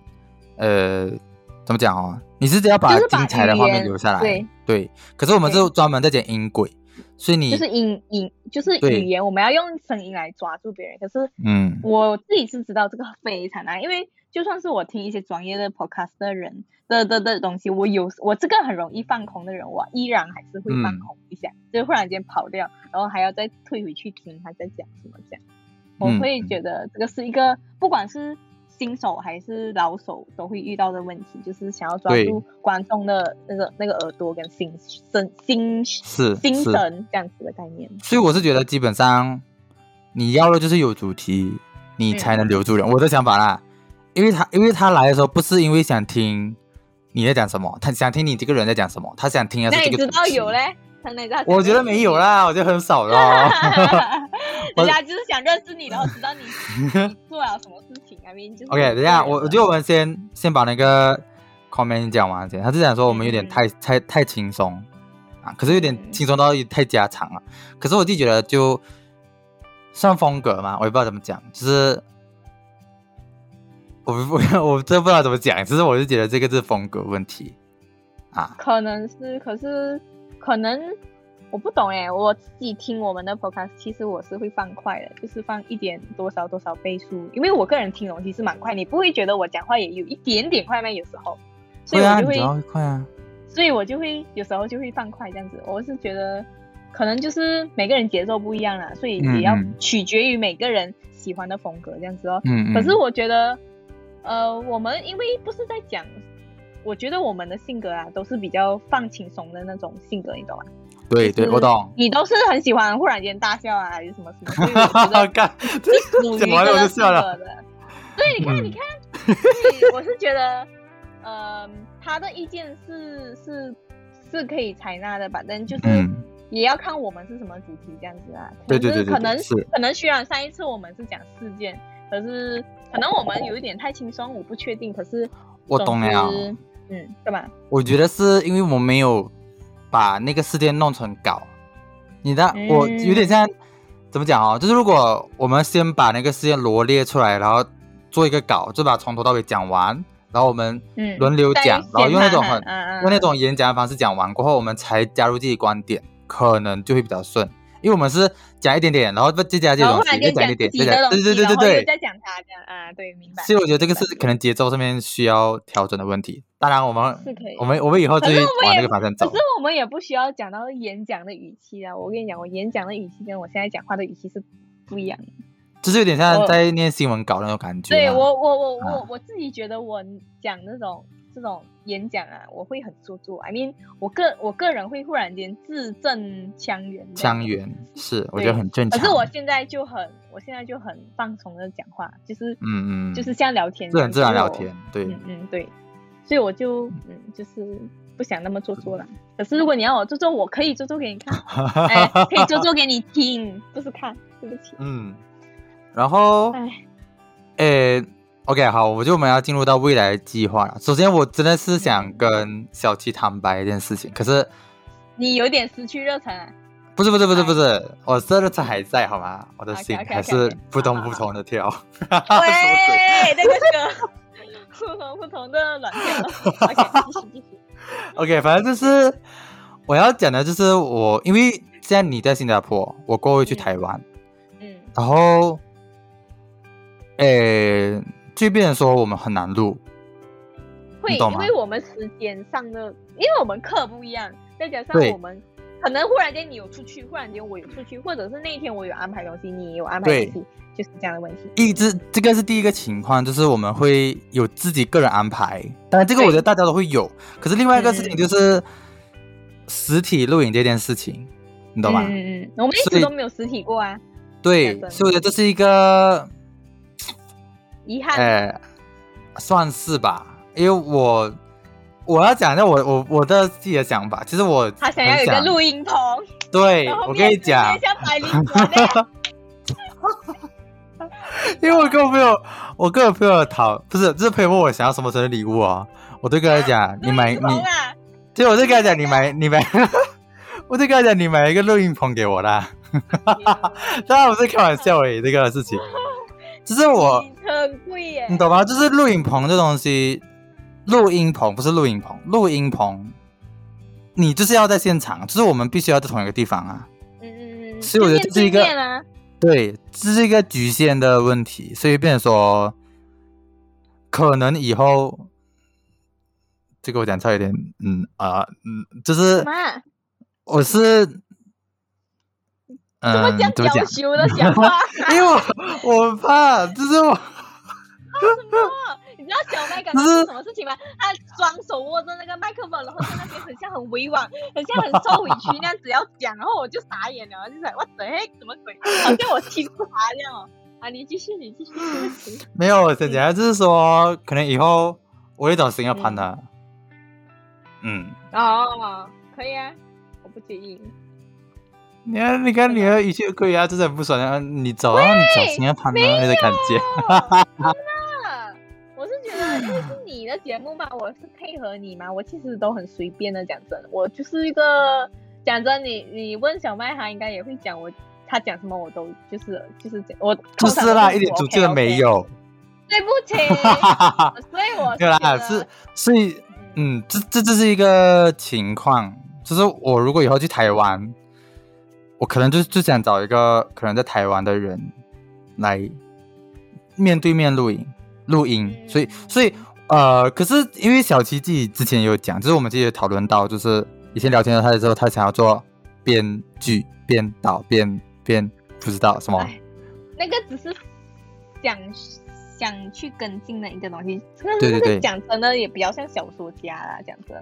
Speaker 2: 呃怎么讲哦，你是要把
Speaker 1: 就是把
Speaker 2: 精彩的画面
Speaker 1: 语言
Speaker 2: 留下来。
Speaker 1: 对
Speaker 2: 可是我们
Speaker 1: 对
Speaker 2: 是专门在剪音轨，所以你、
Speaker 1: 就是音音就是
Speaker 2: 对
Speaker 1: 语言，我们要用声音来抓住别人，可是。
Speaker 2: 嗯
Speaker 1: 我自己是知道这个非常难，因为就算是我听一些专业的 podcast 的人的的的东西，我有我这个很容易放空的人，我依然还是会
Speaker 2: 嗯
Speaker 1: 放空一下，就忽然间跑掉，然后还要再退回去听他在讲什么讲。我
Speaker 2: 嗯
Speaker 1: 会觉得这个是一个，不管是新手还是老手都会遇到的问题，就是想要抓
Speaker 2: 对
Speaker 1: 住观众的那个那个耳朵跟心神心
Speaker 2: 是
Speaker 1: 心
Speaker 2: 是，
Speaker 1: 神这样子的概念。
Speaker 2: 所以我是觉得基本上你要的就是有主题，你才能留住
Speaker 1: 嗯
Speaker 2: 人。我的想法啦，因为他因为他来的时候不是因为想听你在讲什么，他想听你这个人在讲什么，他想听的
Speaker 1: 那
Speaker 2: 是这
Speaker 1: 你
Speaker 2: 个主题。
Speaker 1: 知道有嘞？他那你知道
Speaker 2: 我觉得没有
Speaker 1: 啦。
Speaker 2: 啦，我觉得很少咯。 <laughs> 我
Speaker 1: 人家就是想认识你，然后知
Speaker 2: <laughs>
Speaker 1: 道你你做了什么事情。I mean，就是
Speaker 2: OK，等一下，我我觉得我们先先把那个 comment 讲完先。他是讲说我们有点太、太太轻松啊，可是有点
Speaker 1: 嗯
Speaker 2: 轻松到有点太家常了。可是我自己觉得就算风格嘛，我也不知道怎么讲，就是我不 <laughs> 我真的不知道怎么讲，其实我就觉得这个是风格问题啊。
Speaker 1: 可能是，可是可能我不懂哎，我自己听我们的 podcast，其实我是会放快的，就是放一点多少多少倍速，因为我个人听东西是蛮快，你不会觉得我讲话也有一点点快吗？有时候，所以
Speaker 2: 对啊，
Speaker 1: 我
Speaker 2: 你
Speaker 1: 就会
Speaker 2: 讲话快啊。
Speaker 1: 所以我就会有时候就会放快这样子。我是觉得可能就是每个人节奏不一样啦，所以也要
Speaker 2: 嗯嗯
Speaker 1: 取决于每个人喜欢的风格这样子哦。
Speaker 2: 嗯，嗯
Speaker 1: 可是我觉得，呃，我们因为不是在讲，呃我觉得我们的性格啊，都是比较放轻松的那种性格，你懂吗？
Speaker 2: 对
Speaker 1: 就
Speaker 2: 对，
Speaker 1: 是
Speaker 2: 我懂。
Speaker 1: 你都是很喜欢忽然间大笑啊，还是什么什么？所以我觉得
Speaker 2: <laughs> 干，
Speaker 1: 是属于
Speaker 2: <laughs> 讲完了
Speaker 1: 这
Speaker 2: 我
Speaker 1: 个
Speaker 2: 就
Speaker 1: 性
Speaker 2: 笑了
Speaker 1: 格的。对，你看，
Speaker 2: 嗯
Speaker 1: 你看， <laughs> 所以我是觉得，呃，他的意见是是是可以采纳的吧，但就是。
Speaker 2: 嗯，
Speaker 1: 也要看我们是什么主题这样子啊。
Speaker 2: 对对
Speaker 1: 可是
Speaker 2: 对对
Speaker 1: 可能
Speaker 2: 对是
Speaker 1: 可能虽然上一次我们是讲事件，可是可能我们有一点太轻松，我不确定。可是
Speaker 2: 我懂了
Speaker 1: 总之。嗯，干嘛？
Speaker 2: 我觉得是因为我没有把那个事件弄成稿，你的、
Speaker 1: 嗯
Speaker 2: 我有点像怎么讲哦，就是如果我们先把那个事件罗列出来，然后做一个稿，就把从头到尾讲完，然后我们
Speaker 1: 嗯，
Speaker 2: 轮流讲，然后用那种很、
Speaker 1: 嗯
Speaker 2: 用那种演讲的方式讲完过后，我们才加入自己观点，可能就会比较顺。因为我们是讲一点点，然后再加这
Speaker 1: 然后
Speaker 2: 种
Speaker 1: 忽然
Speaker 2: 西，
Speaker 1: 间
Speaker 2: 再讲
Speaker 1: 讲
Speaker 2: 一点，
Speaker 1: 自己
Speaker 2: 点，
Speaker 1: 的东
Speaker 2: 再讲，对
Speaker 1: 西
Speaker 2: 对对对
Speaker 1: 然后又
Speaker 2: 对。
Speaker 1: 再讲他这样啊，对，明白。
Speaker 2: 所以我觉得这个是可能节奏上面需要调整的问题。当然，我们
Speaker 1: 是可以
Speaker 2: 我们我们以后就
Speaker 1: 可
Speaker 2: 会
Speaker 1: 是我也
Speaker 2: 往那个方向
Speaker 1: 可
Speaker 2: 走
Speaker 1: 是。我们也不需要讲到演讲的语气啊！我跟你讲，我演讲的语气跟我现在讲话的语气是不一样的。
Speaker 2: 就是有点像在念新闻稿那种感觉啊。
Speaker 1: 对我我我我
Speaker 2: 啊
Speaker 1: 我自己觉得我讲那种这种演讲啊，我会很做作。I mean，我个我个人会忽然间字正腔圆。
Speaker 2: 腔。圆是，我觉得很正
Speaker 1: 可
Speaker 2: 常。
Speaker 1: 是我现在就很，我现在就很放松的讲话，就是
Speaker 2: 嗯嗯，
Speaker 1: 就是像聊天，
Speaker 2: 自然自然
Speaker 1: 所以
Speaker 2: 聊
Speaker 1: 我
Speaker 2: 天，对
Speaker 1: 嗯，嗯对，所以我就嗯就是不想那么做作
Speaker 2: 嗯
Speaker 1: 啦。可是如果你要我做作，我可以做作给你
Speaker 2: <laughs>
Speaker 1: 看，哎，可以做作给你听，不是看，对不起。
Speaker 2: 嗯，然后
Speaker 1: 哎，
Speaker 2: 诶，OK，好，我就我们要进入到未来计划了。首先，我真的
Speaker 1: 嗯
Speaker 2: 是想跟小七坦白一件事情，可是
Speaker 1: 你有点失去热忱啊。
Speaker 2: 不是不是不是不
Speaker 1: 哎
Speaker 2: 是，我这热忱还在好吗？我的心
Speaker 1: OK，OK，OK，OK，
Speaker 2: 还是扑通扑通的跳。 <laughs>
Speaker 1: 喂，那个歌，不同不同的软件了。OK，继续继续。
Speaker 2: OK，反正就是我要讲的，就是我因为现在你在新加坡，我过后会去
Speaker 1: 嗯
Speaker 2: 台湾，
Speaker 1: 嗯
Speaker 2: 然后，诶，就变成说我们很难录，
Speaker 1: 会，
Speaker 2: 你懂
Speaker 1: 因
Speaker 2: 吗
Speaker 1: 为我们时间上的，因为我们课不一样，再加上
Speaker 2: 对
Speaker 1: 我们可能忽然间你有出去，忽然间我有出去，或者是那一天我有安排东西，你也有安排
Speaker 2: 对
Speaker 1: 东西，就是这样的问题。
Speaker 2: 一直这个是第一个情况，就是我们会有自己个人安排，当然这个我
Speaker 1: 对
Speaker 2: 觉得大家都会有，可是另外一个事情
Speaker 1: 嗯
Speaker 2: 就是实体录影这件事情，你懂吗？
Speaker 1: 嗯嗯嗯，我们一
Speaker 2: 所
Speaker 1: 直
Speaker 2: 以
Speaker 1: 都没有实体过啊，
Speaker 2: 对
Speaker 1: 讲，真
Speaker 2: 所以我觉得这是一个
Speaker 1: 遗憾。
Speaker 2: 呃，算是吧，因为我我要讲一下我我我的自己的想法。其实我
Speaker 1: 他想要有一个
Speaker 2: 很
Speaker 1: 录音棚，
Speaker 2: 对
Speaker 1: 然后
Speaker 2: 哎我跟你
Speaker 1: 面
Speaker 2: 讲
Speaker 1: 面，向百灵哎果的
Speaker 2: 因为我跟我朋友，我跟我朋友讨，不是，就是朋友问我想要什么生日礼物啊，我就跟他
Speaker 1: <laughs>
Speaker 2: 讲， <laughs> 你
Speaker 1: 录
Speaker 2: 买
Speaker 1: 音
Speaker 2: 你，
Speaker 1: 棚啊，
Speaker 2: 对，我就跟他讲，你买你买， <laughs> 我就跟他讲，你买一个录音棚给我啦。 <laughs> 当然不是开玩笑而已，这个事情，只是 <laughs> 我。嗯
Speaker 1: 很贵耶，
Speaker 2: 你懂吗？就是录影棚这东西，录音棚不是录音棚，录音棚，你就是要在现场，就是我们必须要在同一个地方啊。
Speaker 1: 嗯嗯嗯，
Speaker 2: 所以我觉得这是一个
Speaker 1: 就面对面啊，
Speaker 2: 对，这是一个局限的问题，所以变成说，可能以后，这个我讲出来有点，嗯啊、嗯，就是
Speaker 1: 妈，
Speaker 2: 我是，嗯、
Speaker 1: 怎么讲
Speaker 2: 怎么
Speaker 1: 娇
Speaker 2: 讲？
Speaker 1: 羞的讲话？
Speaker 2: 因为我我怕，就是我。
Speaker 1: 你知道小麦刚刚做什么事情吗？他双手握着那个麦克风，然后在那边很像很委婉，很像很受委屈那样子要讲，然后我就傻眼了，就想我怎么怎么鬼，好像我欺负他这样哦。啊，你继续，你继续，对不起
Speaker 2: 没有，姐姐就是说，可能以后我会找新的 partner。嗯，
Speaker 1: 哦，可以啊，我不介意。
Speaker 2: 你看，你看，你的语气可以啊，就是很不爽啊。你走啊，你找新的 partner 那种感
Speaker 1: <laughs>
Speaker 2: 觉。
Speaker 1: 啊我是觉得，因为是你的节目嘛，我是配合你嘛，我其实都很随便的。讲真，我就是一个讲真，你你问小麦，他应该也会讲我，他讲什么我都就是就是讲我
Speaker 2: 不
Speaker 1: 通常
Speaker 2: 是啦，
Speaker 1: 都
Speaker 2: 一点
Speaker 1: 我
Speaker 2: 主见都
Speaker 1: OK，OK
Speaker 2: 没。有。 <laughs>
Speaker 1: 对不起， <laughs> 所以我
Speaker 2: 没有啦，是所以，嗯，这这这是一个情况，就是我如果以后去台湾，我可能就就想找一个可能在台湾的人来面对面录影录音，
Speaker 1: 嗯
Speaker 2: 所以所以呃，可是因为小琪自己之前有讲，就是我们自己有讨论到，就是以前聊天的时候，他的时候，他想要做编剧、编导、编编不知道什么。
Speaker 1: 哎那个只是想想去跟进的一个东西，这个
Speaker 2: 对对
Speaker 1: 这个
Speaker 2: 对
Speaker 1: 讲真的也比较像小说家啦，讲真。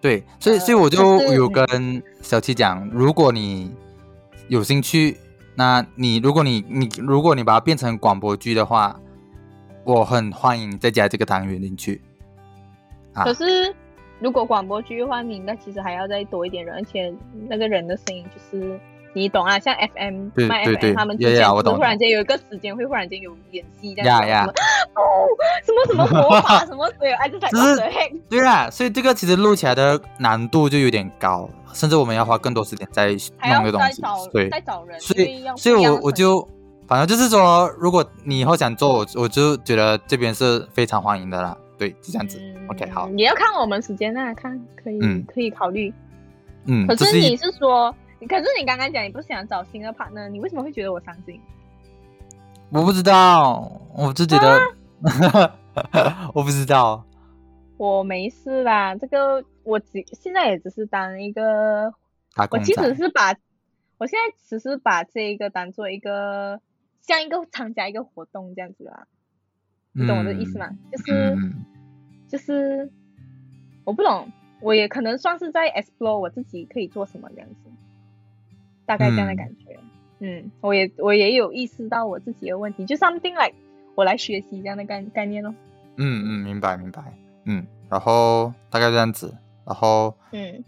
Speaker 2: 对，所以
Speaker 1: 呃
Speaker 2: 所以我就
Speaker 1: 就是
Speaker 2: 有跟小七讲，如果你有兴趣，那你如果你你如果你把它变成广播剧的话，我很欢迎再加这个单元进去。啊
Speaker 1: 可是如果广播剧的话，你应该其实还要再多一点人，而且那个人的声音就是你懂啊，像 FM
Speaker 2: 对
Speaker 1: 卖
Speaker 2: 对
Speaker 1: FM
Speaker 2: 对
Speaker 1: 他们之
Speaker 2: 呀呀
Speaker 1: 前
Speaker 2: 我
Speaker 1: 会
Speaker 2: 懂
Speaker 1: 忽然间有一个时间会忽然间有演戏这样子，
Speaker 2: 呀呀
Speaker 1: 什么 <laughs> 哦什么什么魔法什么鬼，哎，
Speaker 2: <laughs>
Speaker 1: 这才
Speaker 2: 只是
Speaker 1: what the heck？
Speaker 2: 对啊，所以这个其实录起来的难度就有点高，甚至我们要花更多时间在
Speaker 1: 还要
Speaker 2: 弄这东
Speaker 1: 再
Speaker 2: 西
Speaker 1: 找。
Speaker 2: 对，
Speaker 1: 再找人，
Speaker 2: 所
Speaker 1: 因为
Speaker 2: 以
Speaker 1: 要
Speaker 2: 所以
Speaker 1: 要
Speaker 2: 我我
Speaker 1: 很
Speaker 2: 就反正就是说，如果你以后想做，我我就觉得这边是非常欢迎的啦。对，就这样子。OK，好，
Speaker 1: 嗯也要看我们时间啊，看可以、
Speaker 2: 嗯
Speaker 1: 可以考虑。
Speaker 2: 嗯，
Speaker 1: 可
Speaker 2: 这
Speaker 1: 是
Speaker 2: 是一
Speaker 1: 你是说，可是你刚刚讲你不想找新的 partner，你为什么会觉得我伤心？
Speaker 2: 我不知道，我就觉得，
Speaker 1: 啊
Speaker 2: <laughs> 我不知道。
Speaker 1: 我没事啦，这个我只现在也只是当一个，
Speaker 2: 打
Speaker 1: 我
Speaker 2: 工
Speaker 1: 其
Speaker 2: 仔，
Speaker 1: 实是把，我现在只是把这一个当做一个像一个参加一个活动这样子啦，你懂我的意思吗？就是、
Speaker 2: 嗯
Speaker 1: 就是我不懂，我也可能算是在 explore 我自己可以做什么这样子，大概这样的
Speaker 2: 嗯
Speaker 1: 感觉。嗯，我也我也有意识到我自己的问题，就 something like 我来学习这样的概概念咯。
Speaker 2: 嗯嗯，明白明白，嗯，然后大概这样子，然后
Speaker 1: 嗯，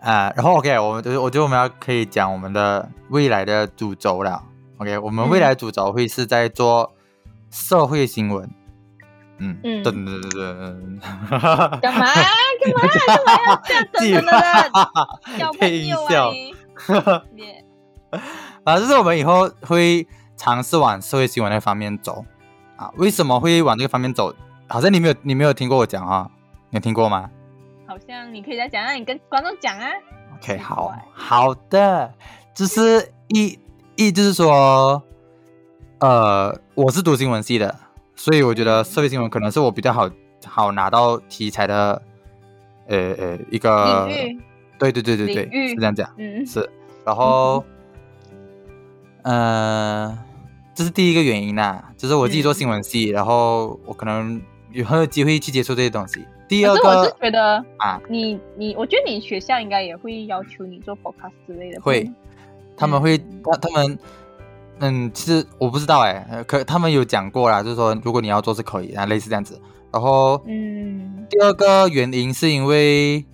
Speaker 2: 啊、然后 OK，我们就是我觉得我们要可以讲我们的未来的主轴了。OK，我们未
Speaker 1: 嗯
Speaker 2: 来主轴会是在做社会新闻。嗯
Speaker 1: 嗯
Speaker 2: 噔噔噔噔，
Speaker 1: 干嘛干嘛干嘛要这样
Speaker 2: 自
Speaker 1: 真
Speaker 2: 己
Speaker 1: 的的
Speaker 2: 发
Speaker 1: 小
Speaker 2: 配
Speaker 1: 朋
Speaker 2: 音
Speaker 1: 友啊
Speaker 2: 效。
Speaker 1: 你？别
Speaker 2: 反啊正就是我们以后会尝试往社会新闻那方面走啊。为什么会往这个方面走？好像你没有你没有听过我讲啊、你有听过吗
Speaker 1: 好像你可以再讲啊，你跟观众讲啊。
Speaker 2: ？OK，
Speaker 1: 奇
Speaker 2: 好
Speaker 1: 怪
Speaker 2: 好的，就是一一就是说，呃，我是读新闻系的，所以我觉得
Speaker 1: 嗯
Speaker 2: 社会新闻可能是我比较好好拿到题材的，呃呃一个
Speaker 1: 领域，
Speaker 2: 对对对对
Speaker 1: 领域
Speaker 2: 对，是这样讲。
Speaker 1: 嗯
Speaker 2: 是，然后，呃，这是第一个原因啦，就是我
Speaker 1: 嗯
Speaker 2: 自己做新闻系，然后我可能有很有机会去接触这些东西。第二
Speaker 1: 可是我是
Speaker 2: 个
Speaker 1: 觉得
Speaker 2: 啊，
Speaker 1: 你你，我觉得你学校应该也会要求你做 podcast 之类的。不
Speaker 2: 会
Speaker 1: 吗
Speaker 2: 他们会，他他们，嗯，其实我不知道哎、呃可他们有讲过啦，就是说如果你要做是可以，啊，类似这样子。然后
Speaker 1: 嗯
Speaker 2: 第二个原因是因为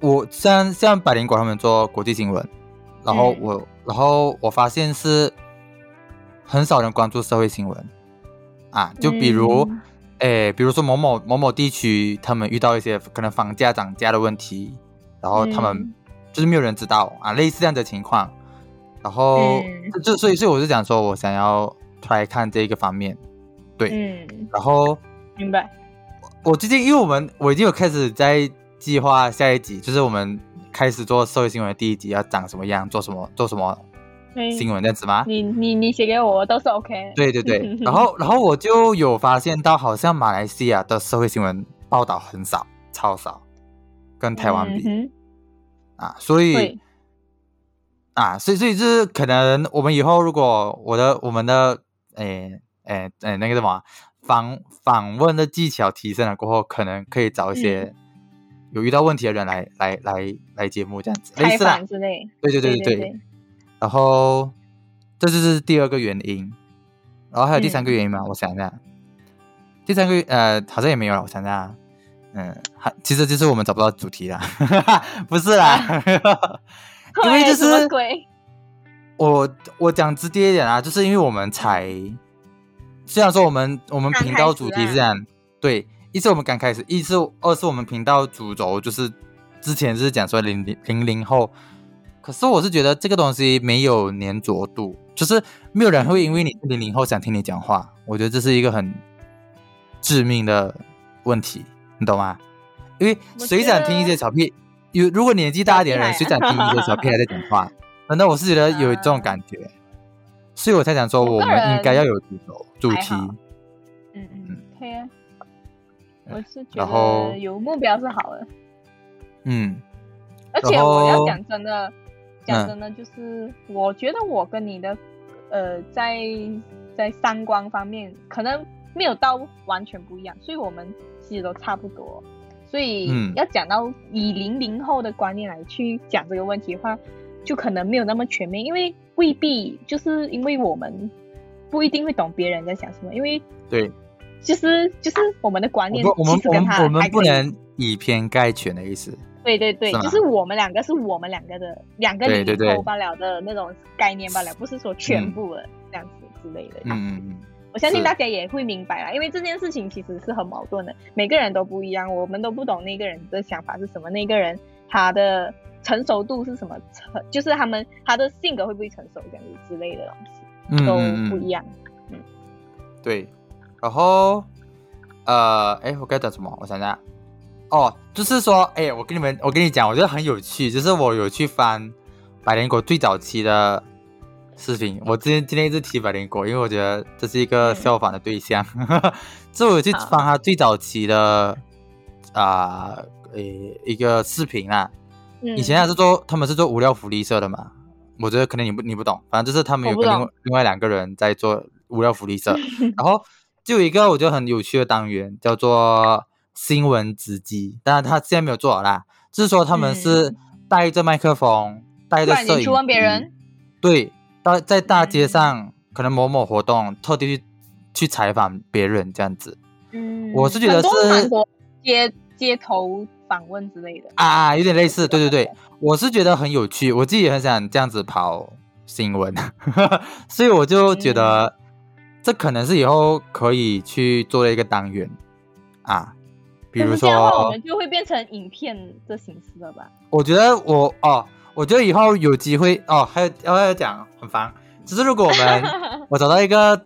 Speaker 2: 我像像百灵果他们做国际新闻，然后
Speaker 1: 嗯
Speaker 2: 我、然后我发现是很少人关注社会新闻啊，就比如
Speaker 1: 嗯
Speaker 2: 诶、比如说某某某某地区，他们遇到一些可能房价涨价的问题，然后他们
Speaker 1: 嗯
Speaker 2: 就是没有人知道啊，类似这样的情况，然后、
Speaker 1: 嗯
Speaker 2: 就就所以所以我就讲说我想要 try 看这一个方面，对，
Speaker 1: 嗯，
Speaker 2: 然后。
Speaker 1: 明白。
Speaker 2: 我最近因为我们我已经有开始在计划下一集，就是我们开始做社会新闻的第一集要长什么样，做什么做什么
Speaker 1: 嗯
Speaker 2: 新闻这样子吗？
Speaker 1: 你你你写给我都是 OK。，
Speaker 2: 对对 <laughs> 对，然后然后我就有发现到，好像马来西亚的社会新闻报道很少，超少，跟台湾比、
Speaker 1: 嗯
Speaker 2: 啊，所
Speaker 1: 哼、
Speaker 2: 以
Speaker 1: 会
Speaker 2: 啊，所以所以就是可能我们以后如果我的我们的诶诶诶那个什么啊访访问的技巧提升了过后，可能可以找一些有遇到问题的人来来来来节目这样子，类
Speaker 1: 采
Speaker 2: 似啦
Speaker 1: 访，之类。
Speaker 2: 对对对
Speaker 1: 对
Speaker 2: 对
Speaker 1: 对。
Speaker 2: 然后这就是第二个原因，然后还有第三个
Speaker 1: 嗯
Speaker 2: 原因吗？我想一下，第三个呃好像也没有了，我想一下啊。嗯，还其实就是我们找不到主题啦， <laughs> 不是啦， <laughs> 因为
Speaker 1: 会
Speaker 2: 就是
Speaker 1: 啊什么鬼
Speaker 2: 我我讲直接一点啊，就是因为我们才，虽然说我们我们
Speaker 1: 刚
Speaker 2: 频
Speaker 1: 开
Speaker 2: 道
Speaker 1: 始
Speaker 2: 主题
Speaker 1: 啊
Speaker 2: 是这样，对，一是我们刚开始，一是二是我们频道主轴就是之前是讲说零零零零后，可是我是觉得这个东西没有粘着度，就是没有人会因为你是零零后想听你讲话，我觉得这是一个很致命的问题，你懂吗？因为
Speaker 1: 我
Speaker 2: 谁
Speaker 1: 觉
Speaker 2: 想听一
Speaker 1: 得
Speaker 2: 些小屁？有如果年纪大一点的人，
Speaker 1: 小屁
Speaker 2: 谁
Speaker 1: 孩
Speaker 2: 想听一些小屁孩在讲话？难道我是觉得有这种感觉，所以我才想说
Speaker 1: 嗯我
Speaker 2: 我
Speaker 1: 个
Speaker 2: 们
Speaker 1: 人
Speaker 2: 应该要有主轴主
Speaker 1: 还
Speaker 2: 题。
Speaker 1: 好嗯嗯，可以啊。我是觉
Speaker 2: 哎然后
Speaker 1: 得有目标是好的，
Speaker 2: 嗯，
Speaker 1: 而而且我
Speaker 2: 然
Speaker 1: 要
Speaker 2: 后
Speaker 1: 讲真的，讲
Speaker 2: 嗯
Speaker 1: 真的，就是我觉得我跟你的，呃，在在三观方面可能没有到完全不一样，所以我们其实都差不多。所以
Speaker 2: 嗯
Speaker 1: 要讲到以零零后的观念来去讲这个问题的话，就可能没有那么全面，因为未必就是因为我们不一定会懂别人在想什么，因为
Speaker 2: 对，
Speaker 1: 就是就是我们的观念
Speaker 2: 我们
Speaker 1: 其实
Speaker 2: 我
Speaker 1: 跟
Speaker 2: 们
Speaker 1: 他
Speaker 2: 我们
Speaker 1: 还
Speaker 2: 不
Speaker 1: 可以
Speaker 2: 能以偏概全的意思。
Speaker 1: 对对对，
Speaker 2: 是吗
Speaker 1: 就是我们两个是我们两个的两个
Speaker 2: 对
Speaker 1: 零
Speaker 2: 对
Speaker 1: 零后
Speaker 2: 对
Speaker 1: 罢了的那种概念罢了，不是说全部的、这样子之类的。
Speaker 2: 嗯嗯
Speaker 1: 我相信
Speaker 2: 是
Speaker 1: 大家也会明白啦，因为这件事情其实是很矛盾的，每个人都不一样，我们都不懂那个人的想法是什么，那个人他的成熟度是什么，成就是他们他的性格会不会成熟这样子之类的东西
Speaker 2: 嗯嗯
Speaker 1: 都
Speaker 2: 嗯
Speaker 1: 不
Speaker 2: 嗯
Speaker 1: 一样。
Speaker 2: 对，然后呃，哎，我该讲什么？我想想啊，哦，就是说，哎，我跟你们，我跟你讲，我觉得很有趣，就是我有去翻百灵果最早期的视频。我之前今天一直提百灵果，因为我觉得这是一个
Speaker 1: 嗯
Speaker 2: 效仿的对象， <laughs> 所以我有去
Speaker 1: 好
Speaker 2: 翻他最早期的啊，呃，一个视频啦。
Speaker 1: 嗯，
Speaker 2: 以前他是做，他们是做无料福利社的嘛，我觉得可能你不你不懂，反正就是他们
Speaker 1: 我
Speaker 2: 有
Speaker 1: 不
Speaker 2: 跟另
Speaker 1: 懂
Speaker 2: 外另外两个人在做无料福
Speaker 1: <laughs>
Speaker 2: 利社，然后就有一个我觉得很有趣的单元叫做新闻直击，当然他现在没有做好啦，就是说他们是带着麦克风，带
Speaker 1: 不嗯
Speaker 2: 着
Speaker 1: 然
Speaker 2: 摄
Speaker 1: 你
Speaker 2: 影
Speaker 1: 去问别
Speaker 2: 机
Speaker 1: 人，
Speaker 2: 对，大在大街
Speaker 1: 嗯
Speaker 2: 上、可能某某活动特地去去采访别人这样子，
Speaker 1: 嗯，
Speaker 2: 我是觉
Speaker 1: 很
Speaker 2: 得
Speaker 1: 多
Speaker 2: 是
Speaker 1: 韩国街街头访问之类的。
Speaker 2: 啊，有点类似，对对对，我是觉得很有趣，我自己也很想这样子跑新闻， <laughs> 所以我就觉得
Speaker 1: 嗯
Speaker 2: 这可能是以后可以去做的一个单元啊，比
Speaker 1: 但
Speaker 2: 如
Speaker 1: 是这样的话，我
Speaker 2: 说，
Speaker 1: 们就会变成影片的形式了吧？
Speaker 2: 我觉得我哦，我觉得以后有机会哦，还有要要讲很烦，只是如果我们
Speaker 1: <laughs>
Speaker 2: 我找到一个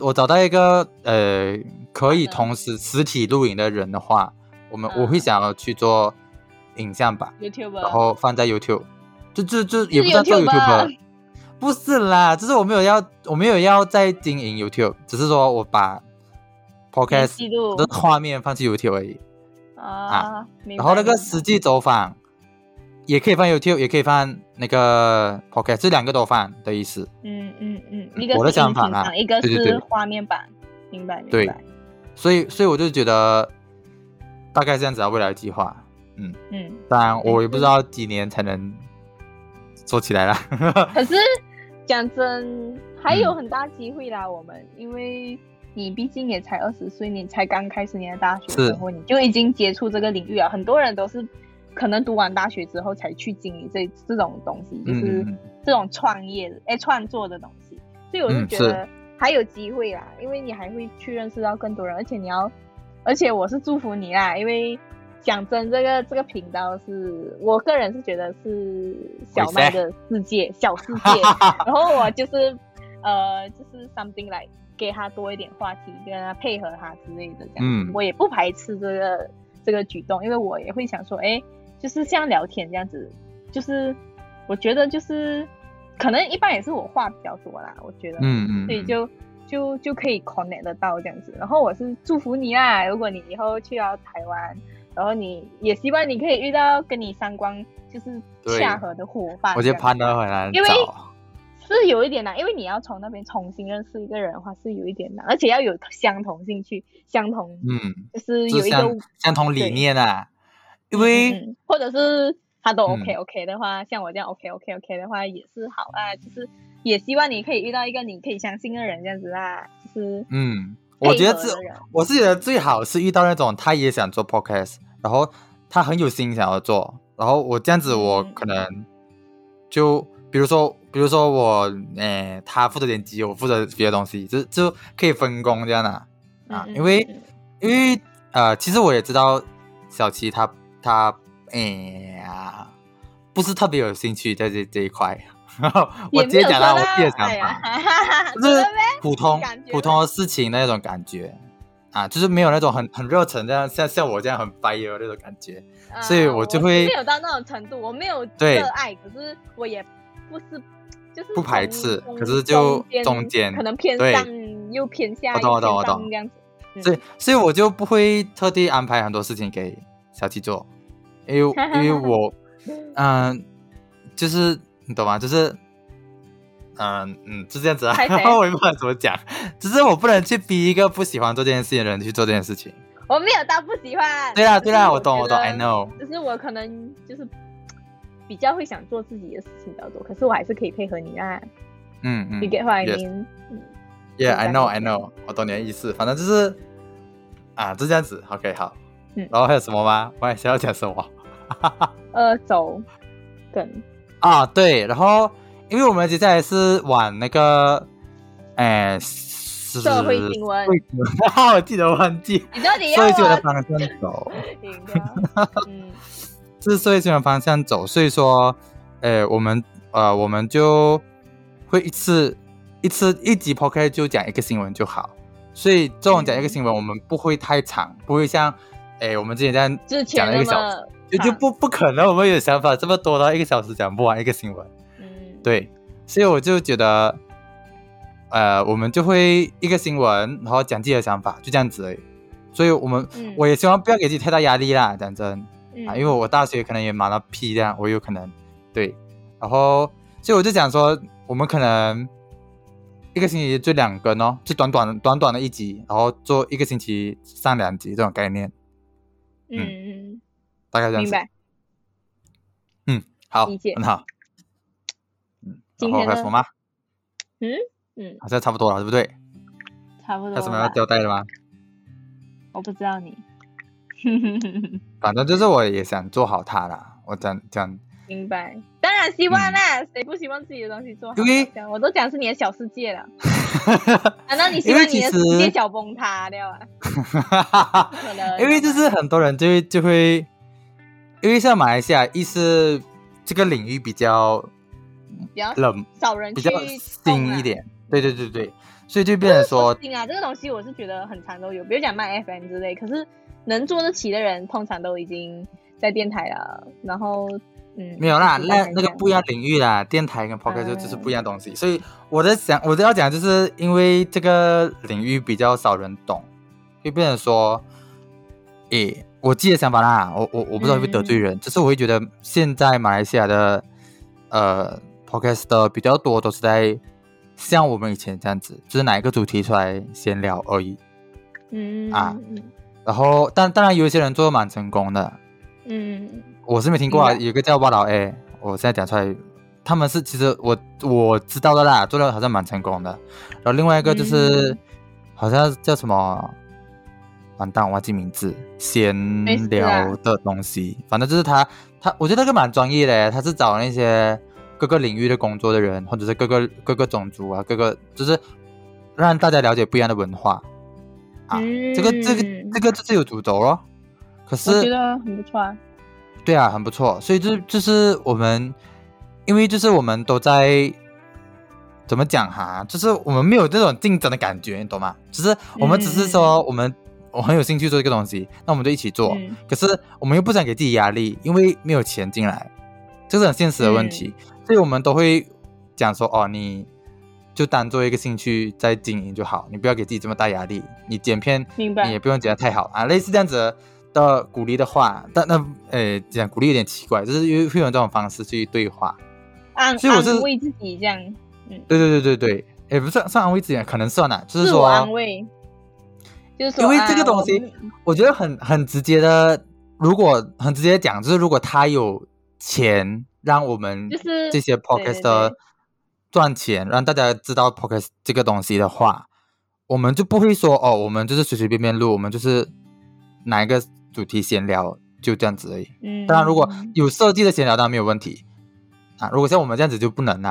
Speaker 2: 我找到一个呃可以
Speaker 1: 嗯
Speaker 2: 同时实体录影的人的话，我们我会
Speaker 1: 嗯
Speaker 2: 想要去做影像版。
Speaker 1: YouTube，
Speaker 2: 然后放在 YouTube，就就就也不
Speaker 1: 是
Speaker 2: 算做
Speaker 1: YouTuber <laughs>
Speaker 2: YouTube，不是啦，就是我没有要，我没有要在经营 YouTube，只是说我把 Podcast
Speaker 1: 记录
Speaker 2: 的画面放去 YouTube 而已。
Speaker 1: 啊，明白
Speaker 2: 然后那个
Speaker 1: 明白
Speaker 2: 实际走访也可以放 YouTube，也可以放那个 Podcast，这两个都放的意思。
Speaker 1: 嗯嗯嗯，
Speaker 2: 嗯
Speaker 1: 一个
Speaker 2: 我的
Speaker 1: 是音
Speaker 2: 想
Speaker 1: 频
Speaker 2: 法啦
Speaker 1: 版，一个
Speaker 2: 对对
Speaker 1: 是
Speaker 2: 对
Speaker 1: 画面版，明白明
Speaker 2: 对
Speaker 1: 白，
Speaker 2: 所以所以我就觉得大概这样子啊，未来计划。
Speaker 1: 嗯。
Speaker 2: 当然我也
Speaker 1: 嗯
Speaker 2: 不知道几年才能做起来啦。 <laughs>
Speaker 1: 可是讲真，还有
Speaker 2: 嗯
Speaker 1: 很大机会啦，我们因为。你毕竟也才二十岁，你才刚开始你的大学
Speaker 2: 是
Speaker 1: 生活，你就已经接触这个领域了。很多人都是可能读完大学之后才去经营这这种东西，就
Speaker 2: 嗯
Speaker 1: 是
Speaker 2: 嗯嗯
Speaker 1: 这种创业的哎创作的东西，所以我就
Speaker 2: 嗯
Speaker 1: 觉得还有机会啦，因为你还会去认识到更多人，而且你要，而且我是祝福你啦，因为讲真，这个这个频道是我个人是觉得是小麦的世界，小世
Speaker 2: <laughs>
Speaker 1: 界，然后我就是呃就是 something 来、给他多一点话题，跟他配合他之类的这样子，
Speaker 2: 嗯
Speaker 1: 我也不排斥这个这个举动，因为我也会想说，哎，就是像聊天这样子，就是我觉得就是可能一般也是我话比较多啦，我觉得，
Speaker 2: 嗯嗯，
Speaker 1: 所以
Speaker 2: 嗯
Speaker 1: 就就就可以 connect 得到这样子。然后我是祝福你啦，如果你以后去到台湾，然后你也希望你可以遇到跟你三观就是
Speaker 2: 对
Speaker 1: 下河的伙伴。
Speaker 2: 我觉得攀登很难
Speaker 1: 因为
Speaker 2: 找。
Speaker 1: 是有一点难，因为你要从那边重新认识一个人的话是有一点难，而且要有相同兴趣、相同
Speaker 2: 嗯，
Speaker 1: 就是
Speaker 2: 就
Speaker 1: 有
Speaker 2: 是
Speaker 1: 一个
Speaker 2: 相相同
Speaker 1: 对
Speaker 2: 理念啊，因为、
Speaker 1: 嗯嗯嗯或者是他都
Speaker 2: 嗯
Speaker 1: OK OK 的话，像我这样 OK OK OK 的话也是好啊，就是也希望你可以遇到一个你可以相信的人这样子啦，就是
Speaker 2: 嗯，
Speaker 1: 配合
Speaker 2: 我觉得
Speaker 1: 的
Speaker 2: 自
Speaker 1: 人
Speaker 2: 我是觉得最好是遇到那种他也想做 podcast，然后他很有心想要做，然后我这样子
Speaker 1: 嗯
Speaker 2: 我
Speaker 1: 嗯
Speaker 2: 可能就比如说比如说我诶、呃他负责点击，我负责别的东西，就就可以分工这样的啊啊
Speaker 1: 嗯嗯
Speaker 2: 因为
Speaker 1: 嗯
Speaker 2: 因为呃，其实我也知道小七他他哎呀、不是特别有兴趣在这这一块， <laughs> 我直接讲啊到我自己
Speaker 1: 哎
Speaker 2: 的想法。
Speaker 1: 法
Speaker 2: 啊
Speaker 1: <laughs>
Speaker 2: 就
Speaker 1: 真
Speaker 2: 是
Speaker 1: 的呗，
Speaker 2: 普通
Speaker 1: 感觉
Speaker 2: 普通的事情的那种感觉啊，就是没有那种很很热忱这样，像像我这样很 fire 那种感觉。
Speaker 1: 啊
Speaker 2: 所以我就会
Speaker 1: 是没有到那种程度，我没有
Speaker 2: 对
Speaker 1: 热爱，可是我也不是就是
Speaker 2: 不排斥
Speaker 1: 中
Speaker 2: 可是就
Speaker 1: 中
Speaker 2: 中间
Speaker 1: 可能偏
Speaker 2: 对
Speaker 1: 上又偏下，
Speaker 2: 我懂我懂
Speaker 1: 又
Speaker 2: 我
Speaker 1: 偏上
Speaker 2: 懂
Speaker 1: 这样子。嗯
Speaker 2: 所以所以我
Speaker 1: <laughs>
Speaker 2: 就不会特地安排很多事情给小七做，因为因为我嗯、就是你懂吗？就是，嗯、嗯，就这样子啊
Speaker 1: 拍。谁
Speaker 2: <laughs> 我也不知道怎么讲，只是我不能去逼一个不喜欢做这件事情的人去做这件事情。
Speaker 1: 我没有到不喜欢。
Speaker 2: 对啊啦，对
Speaker 1: 只
Speaker 2: 啦，
Speaker 1: 是
Speaker 2: 我懂，
Speaker 1: 啊觉
Speaker 2: 我懂
Speaker 1: 得
Speaker 2: ，I know。
Speaker 1: 只是我可能就是比较会想做自己的事情比较多，可是我还是可以配合你啊。
Speaker 2: 嗯嗯
Speaker 1: You get what I
Speaker 2: yes
Speaker 1: mean？嗯
Speaker 2: ，Yeah，I
Speaker 1: 明白
Speaker 2: know，I know，我懂你的意思。反正就是啊，就这样子。OK，好。
Speaker 1: 嗯
Speaker 2: 然后还有什么吗？我还想要讲什么？
Speaker 1: 呃，走，跟
Speaker 2: 啊，对，然后因为我们接下来是往那个，哎，社
Speaker 1: 社会新闻，
Speaker 2: 哈， <laughs> 我记得忘记
Speaker 1: 你到底要啊
Speaker 2: 社会新闻的
Speaker 1: 我
Speaker 2: 方向走，
Speaker 1: <laughs> 停掉？嗯，
Speaker 2: 是社会新闻方向走，所以说，哎，我们呃，我们就会一次一次一集 p o c a s t 就讲一个新闻就好，所以这种讲一个新闻，我们不会太长，不会像哎我们之前在
Speaker 1: 之前那
Speaker 2: 讲了
Speaker 1: 么
Speaker 2: 就就
Speaker 1: 长
Speaker 2: 不不可能，我们有想法这么多到一个小时讲不完一个新闻。
Speaker 1: 嗯，
Speaker 2: 对，所以我就觉得，呃，我们就会一个新闻，然后讲自己的想法，就这样子而已。所以我们、
Speaker 1: 嗯
Speaker 2: 我也希望不要给自己太大压力啦，讲真
Speaker 1: 嗯，
Speaker 2: 啊，因为我大学可能也忙到屁这样，我有可能对，然后所以我就讲说，我们可能一个星期就两更哦，就短短短短的一集，然后做一个星期上两集这种概念，
Speaker 1: 嗯嗯
Speaker 2: 大概这
Speaker 1: 嗯，
Speaker 2: 样
Speaker 1: 明
Speaker 2: 子。
Speaker 1: 白。
Speaker 2: 好
Speaker 1: 理解，
Speaker 2: 很好。嗯，
Speaker 1: 今
Speaker 2: 然后
Speaker 1: 天
Speaker 2: 还有
Speaker 1: 呢
Speaker 2: 什么吗？
Speaker 1: 嗯嗯，
Speaker 2: 好像差不多了，对不对？
Speaker 1: 差不
Speaker 2: 还
Speaker 1: 多
Speaker 2: 有什么要
Speaker 1: 了吧。
Speaker 2: 交代的吗？
Speaker 1: 我不知道你，
Speaker 2: 反正就是我也想做好它啦。我讲 <laughs> 讲，
Speaker 1: <laughs> 明白。 <laughs> 当然希望啦，谁不希望自己的东西做好？
Speaker 2: 嗯因为
Speaker 1: 这样我都讲是你的小世界了，难道你希
Speaker 2: 因
Speaker 1: 望
Speaker 2: 为
Speaker 1: 你的
Speaker 2: 其
Speaker 1: 世界
Speaker 2: 实
Speaker 1: 小崩塌掉啊？不可能，
Speaker 2: 因为就是很多人就会就会，因为像马来西亚，一是这个领域比较
Speaker 1: 比较
Speaker 2: 冷，
Speaker 1: 少人
Speaker 2: 比
Speaker 1: 去
Speaker 2: 较
Speaker 1: 动啊 <laughs>
Speaker 2: 新一。点，对对对对，所以就变成说，
Speaker 1: 新啊，这个东西我是觉得很常都有，比如讲卖 FM 之类，可是能做得起的人通常都已经在电台了，然后嗯，
Speaker 2: 没有啦，
Speaker 1: 就是
Speaker 2: 那
Speaker 1: 这
Speaker 2: 那个
Speaker 1: 样
Speaker 2: 不一样领域啦，电台跟 podcast 就
Speaker 1: 嗯
Speaker 2: 就是不一样东西。所以我在想，我都要讲，就是因为这个领域比较少人懂，就变成说，诶，我自己的想法啦，我我我不知道会不会得罪
Speaker 1: 嗯
Speaker 2: 人，就是我会觉得现在马来西亚的呃 podcast 的比较多都是在像我们以前这样子，就是哪一个主题出来闲聊而已。
Speaker 1: 嗯
Speaker 2: 啊
Speaker 1: 嗯嗯
Speaker 2: 然后，但当然有一些人做的蛮成功的，
Speaker 1: 嗯嗯
Speaker 2: 我是没听过啊，
Speaker 1: 明白
Speaker 2: 有一个叫哇老 A，我现在讲出来，他们是其实我我知道的啦，做的好像蛮成功的。然后另外一个就是、
Speaker 1: 嗯
Speaker 2: 好像叫什么，完蛋，我忘记名字，闲
Speaker 1: 没事啊
Speaker 2: 聊的东西，反正就是他他，我觉得那个蛮专业的，他是找那些各个领域的工作的人，或者是各个各个种族啊，各个就是让大家了解不一样的文化啊。
Speaker 1: 嗯
Speaker 2: 这个这个这个就是有主轴咯，可是
Speaker 1: 我觉得很不错啊。
Speaker 2: 对啊，很不错。所以这就是我们，因为就是我们都在怎么讲哈、就是我们没有这种竞争的感觉，你懂吗？就是我们只是说我们、我很有兴趣做这个东西，那我们就一起做。
Speaker 1: 嗯
Speaker 2: 可是我们又不想给自己压力，因为没有钱进来，这是很现实的问题。所以我们都会讲说，哦，你就当做一个兴趣在经营就好，你不要给自己这么大压力。你剪片，
Speaker 1: 明白
Speaker 2: 你也不用剪得太好啊，类似这样子的鼓励的话，但那呃讲鼓励有点奇怪，就是因为会用这种方式去对话。
Speaker 1: 安
Speaker 2: 所以我是
Speaker 1: 安慰自己这样，
Speaker 2: 对对对对对，也不算算安慰自己，可能算啦、啊就是
Speaker 1: 自我
Speaker 2: 说
Speaker 1: 安慰，就是说，
Speaker 2: 因为
Speaker 1: 啊
Speaker 2: 这个东西，我觉得很很直接的，如果很直接讲，就是如果他有钱让我们
Speaker 1: 我就是
Speaker 2: 这些
Speaker 1: 对对
Speaker 2: podcast 赚钱，让大家知道 podcast 这个东西的话，我们就不会说哦，我们就是随随便便录，我们就是哪一个主题闲聊就这样子而已。
Speaker 1: 嗯，
Speaker 2: 当然，如果有设计的闲聊，当然没有问题啊。如果像我们这样子就不能啦、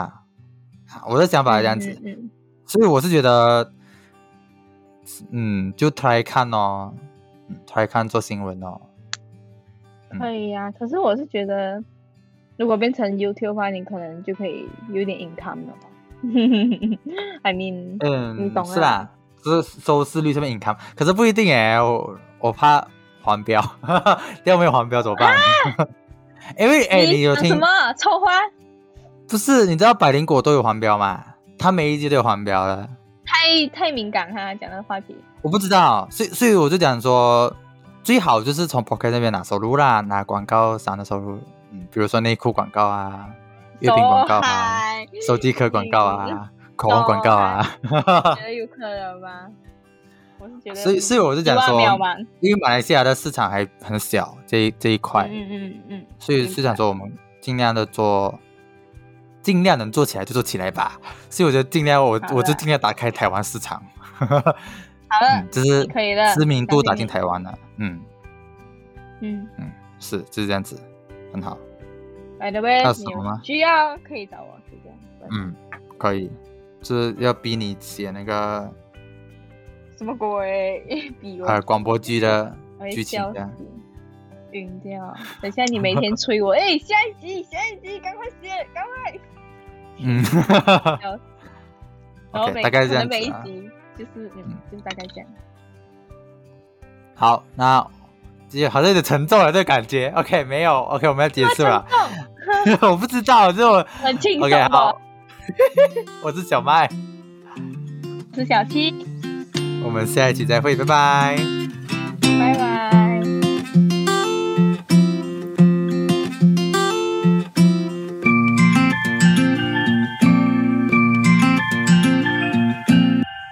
Speaker 2: 啊。我的想法是这样子，
Speaker 1: 嗯，嗯
Speaker 2: 所以我是觉得，嗯，就 try 看哦、嗯、，try 看做新闻哦。
Speaker 1: 嗯可以呀。可是我是觉得，如果变成 YouTube 的话，你可能就可以有点 income 了吧。I mean，
Speaker 2: 嗯
Speaker 1: 你懂，
Speaker 2: 是啦，就是收视率上面 income，可是不一定哎，我我怕黄标， <laughs> 要没有黄标怎么办？ <laughs> 因为哎，你有
Speaker 1: 啊讲什
Speaker 2: 听？
Speaker 1: 么臭花？
Speaker 2: 不是，你知道百灵果都有黄标吗？它每一集都有黄标了。
Speaker 1: 太太敏感哈，讲到话题。
Speaker 2: 我不知道，所以所以我就讲说，最好就是从 p o c k e t 那边拿收入啦，拿广告商的收入。嗯，比如说内裤广告啊、月饼广告啊、
Speaker 1: 嗨，
Speaker 2: 手机壳广
Speaker 1: <laughs>
Speaker 2: 告啊、口红广告啊，
Speaker 1: 觉得有可能吗？我是觉得，
Speaker 2: 所以所以我是讲
Speaker 1: 希望
Speaker 2: 说
Speaker 1: 没，有吧。嗯
Speaker 2: 因为马来西亚的市场还很小，这一这一块，
Speaker 1: 嗯嗯嗯，
Speaker 2: 所以是想说我们尽量的做，尽量能做起来就做起来吧。所以我觉得尽量
Speaker 1: 好
Speaker 2: 我
Speaker 1: 的
Speaker 2: 我就尽量打开台湾市场，
Speaker 1: 好了
Speaker 2: <laughs> 嗯，，就是
Speaker 1: 你可以了
Speaker 2: 知名度打
Speaker 1: 相信
Speaker 2: 进
Speaker 1: 你
Speaker 2: 台湾了，嗯
Speaker 1: 嗯
Speaker 2: 嗯，是就是这样子，很好，
Speaker 1: ，by the way，
Speaker 2: 还有什
Speaker 1: 你
Speaker 2: 么吗
Speaker 1: 有需要可以找我，就这样。，
Speaker 2: 嗯，可以，就是要逼你写那个
Speaker 1: 什么鬼？ <laughs> 比我
Speaker 2: 呃广播剧的
Speaker 1: 我会
Speaker 2: 剧情
Speaker 1: 笑死
Speaker 2: 的，，
Speaker 1: 晕掉。等一下你每
Speaker 2: <laughs>
Speaker 1: 天催我，哎，下一集，下一集，赶快写，赶快。 <laughs>
Speaker 2: 嗯
Speaker 1: 笑死然后
Speaker 2: <laughs> ，OK，
Speaker 1: 每
Speaker 2: 大概
Speaker 1: 可
Speaker 2: 这样
Speaker 1: 能每
Speaker 2: 子
Speaker 1: 一
Speaker 2: 啊。
Speaker 1: 集就是嗯
Speaker 2: 嗯，
Speaker 1: 就是大概这样。
Speaker 2: 好，那也好像有点沉重了，这个感觉。OK，没有 OK，我们要结束
Speaker 1: 啊
Speaker 2: 了。 <laughs> 我不知道，
Speaker 1: <laughs>
Speaker 2: 这我
Speaker 1: 很轻松哦
Speaker 2: OK
Speaker 1: 的
Speaker 2: 好，。 <laughs> 我是小麦，
Speaker 1: 是小七，
Speaker 2: 我们下一期再会，拜拜。
Speaker 1: 拜拜。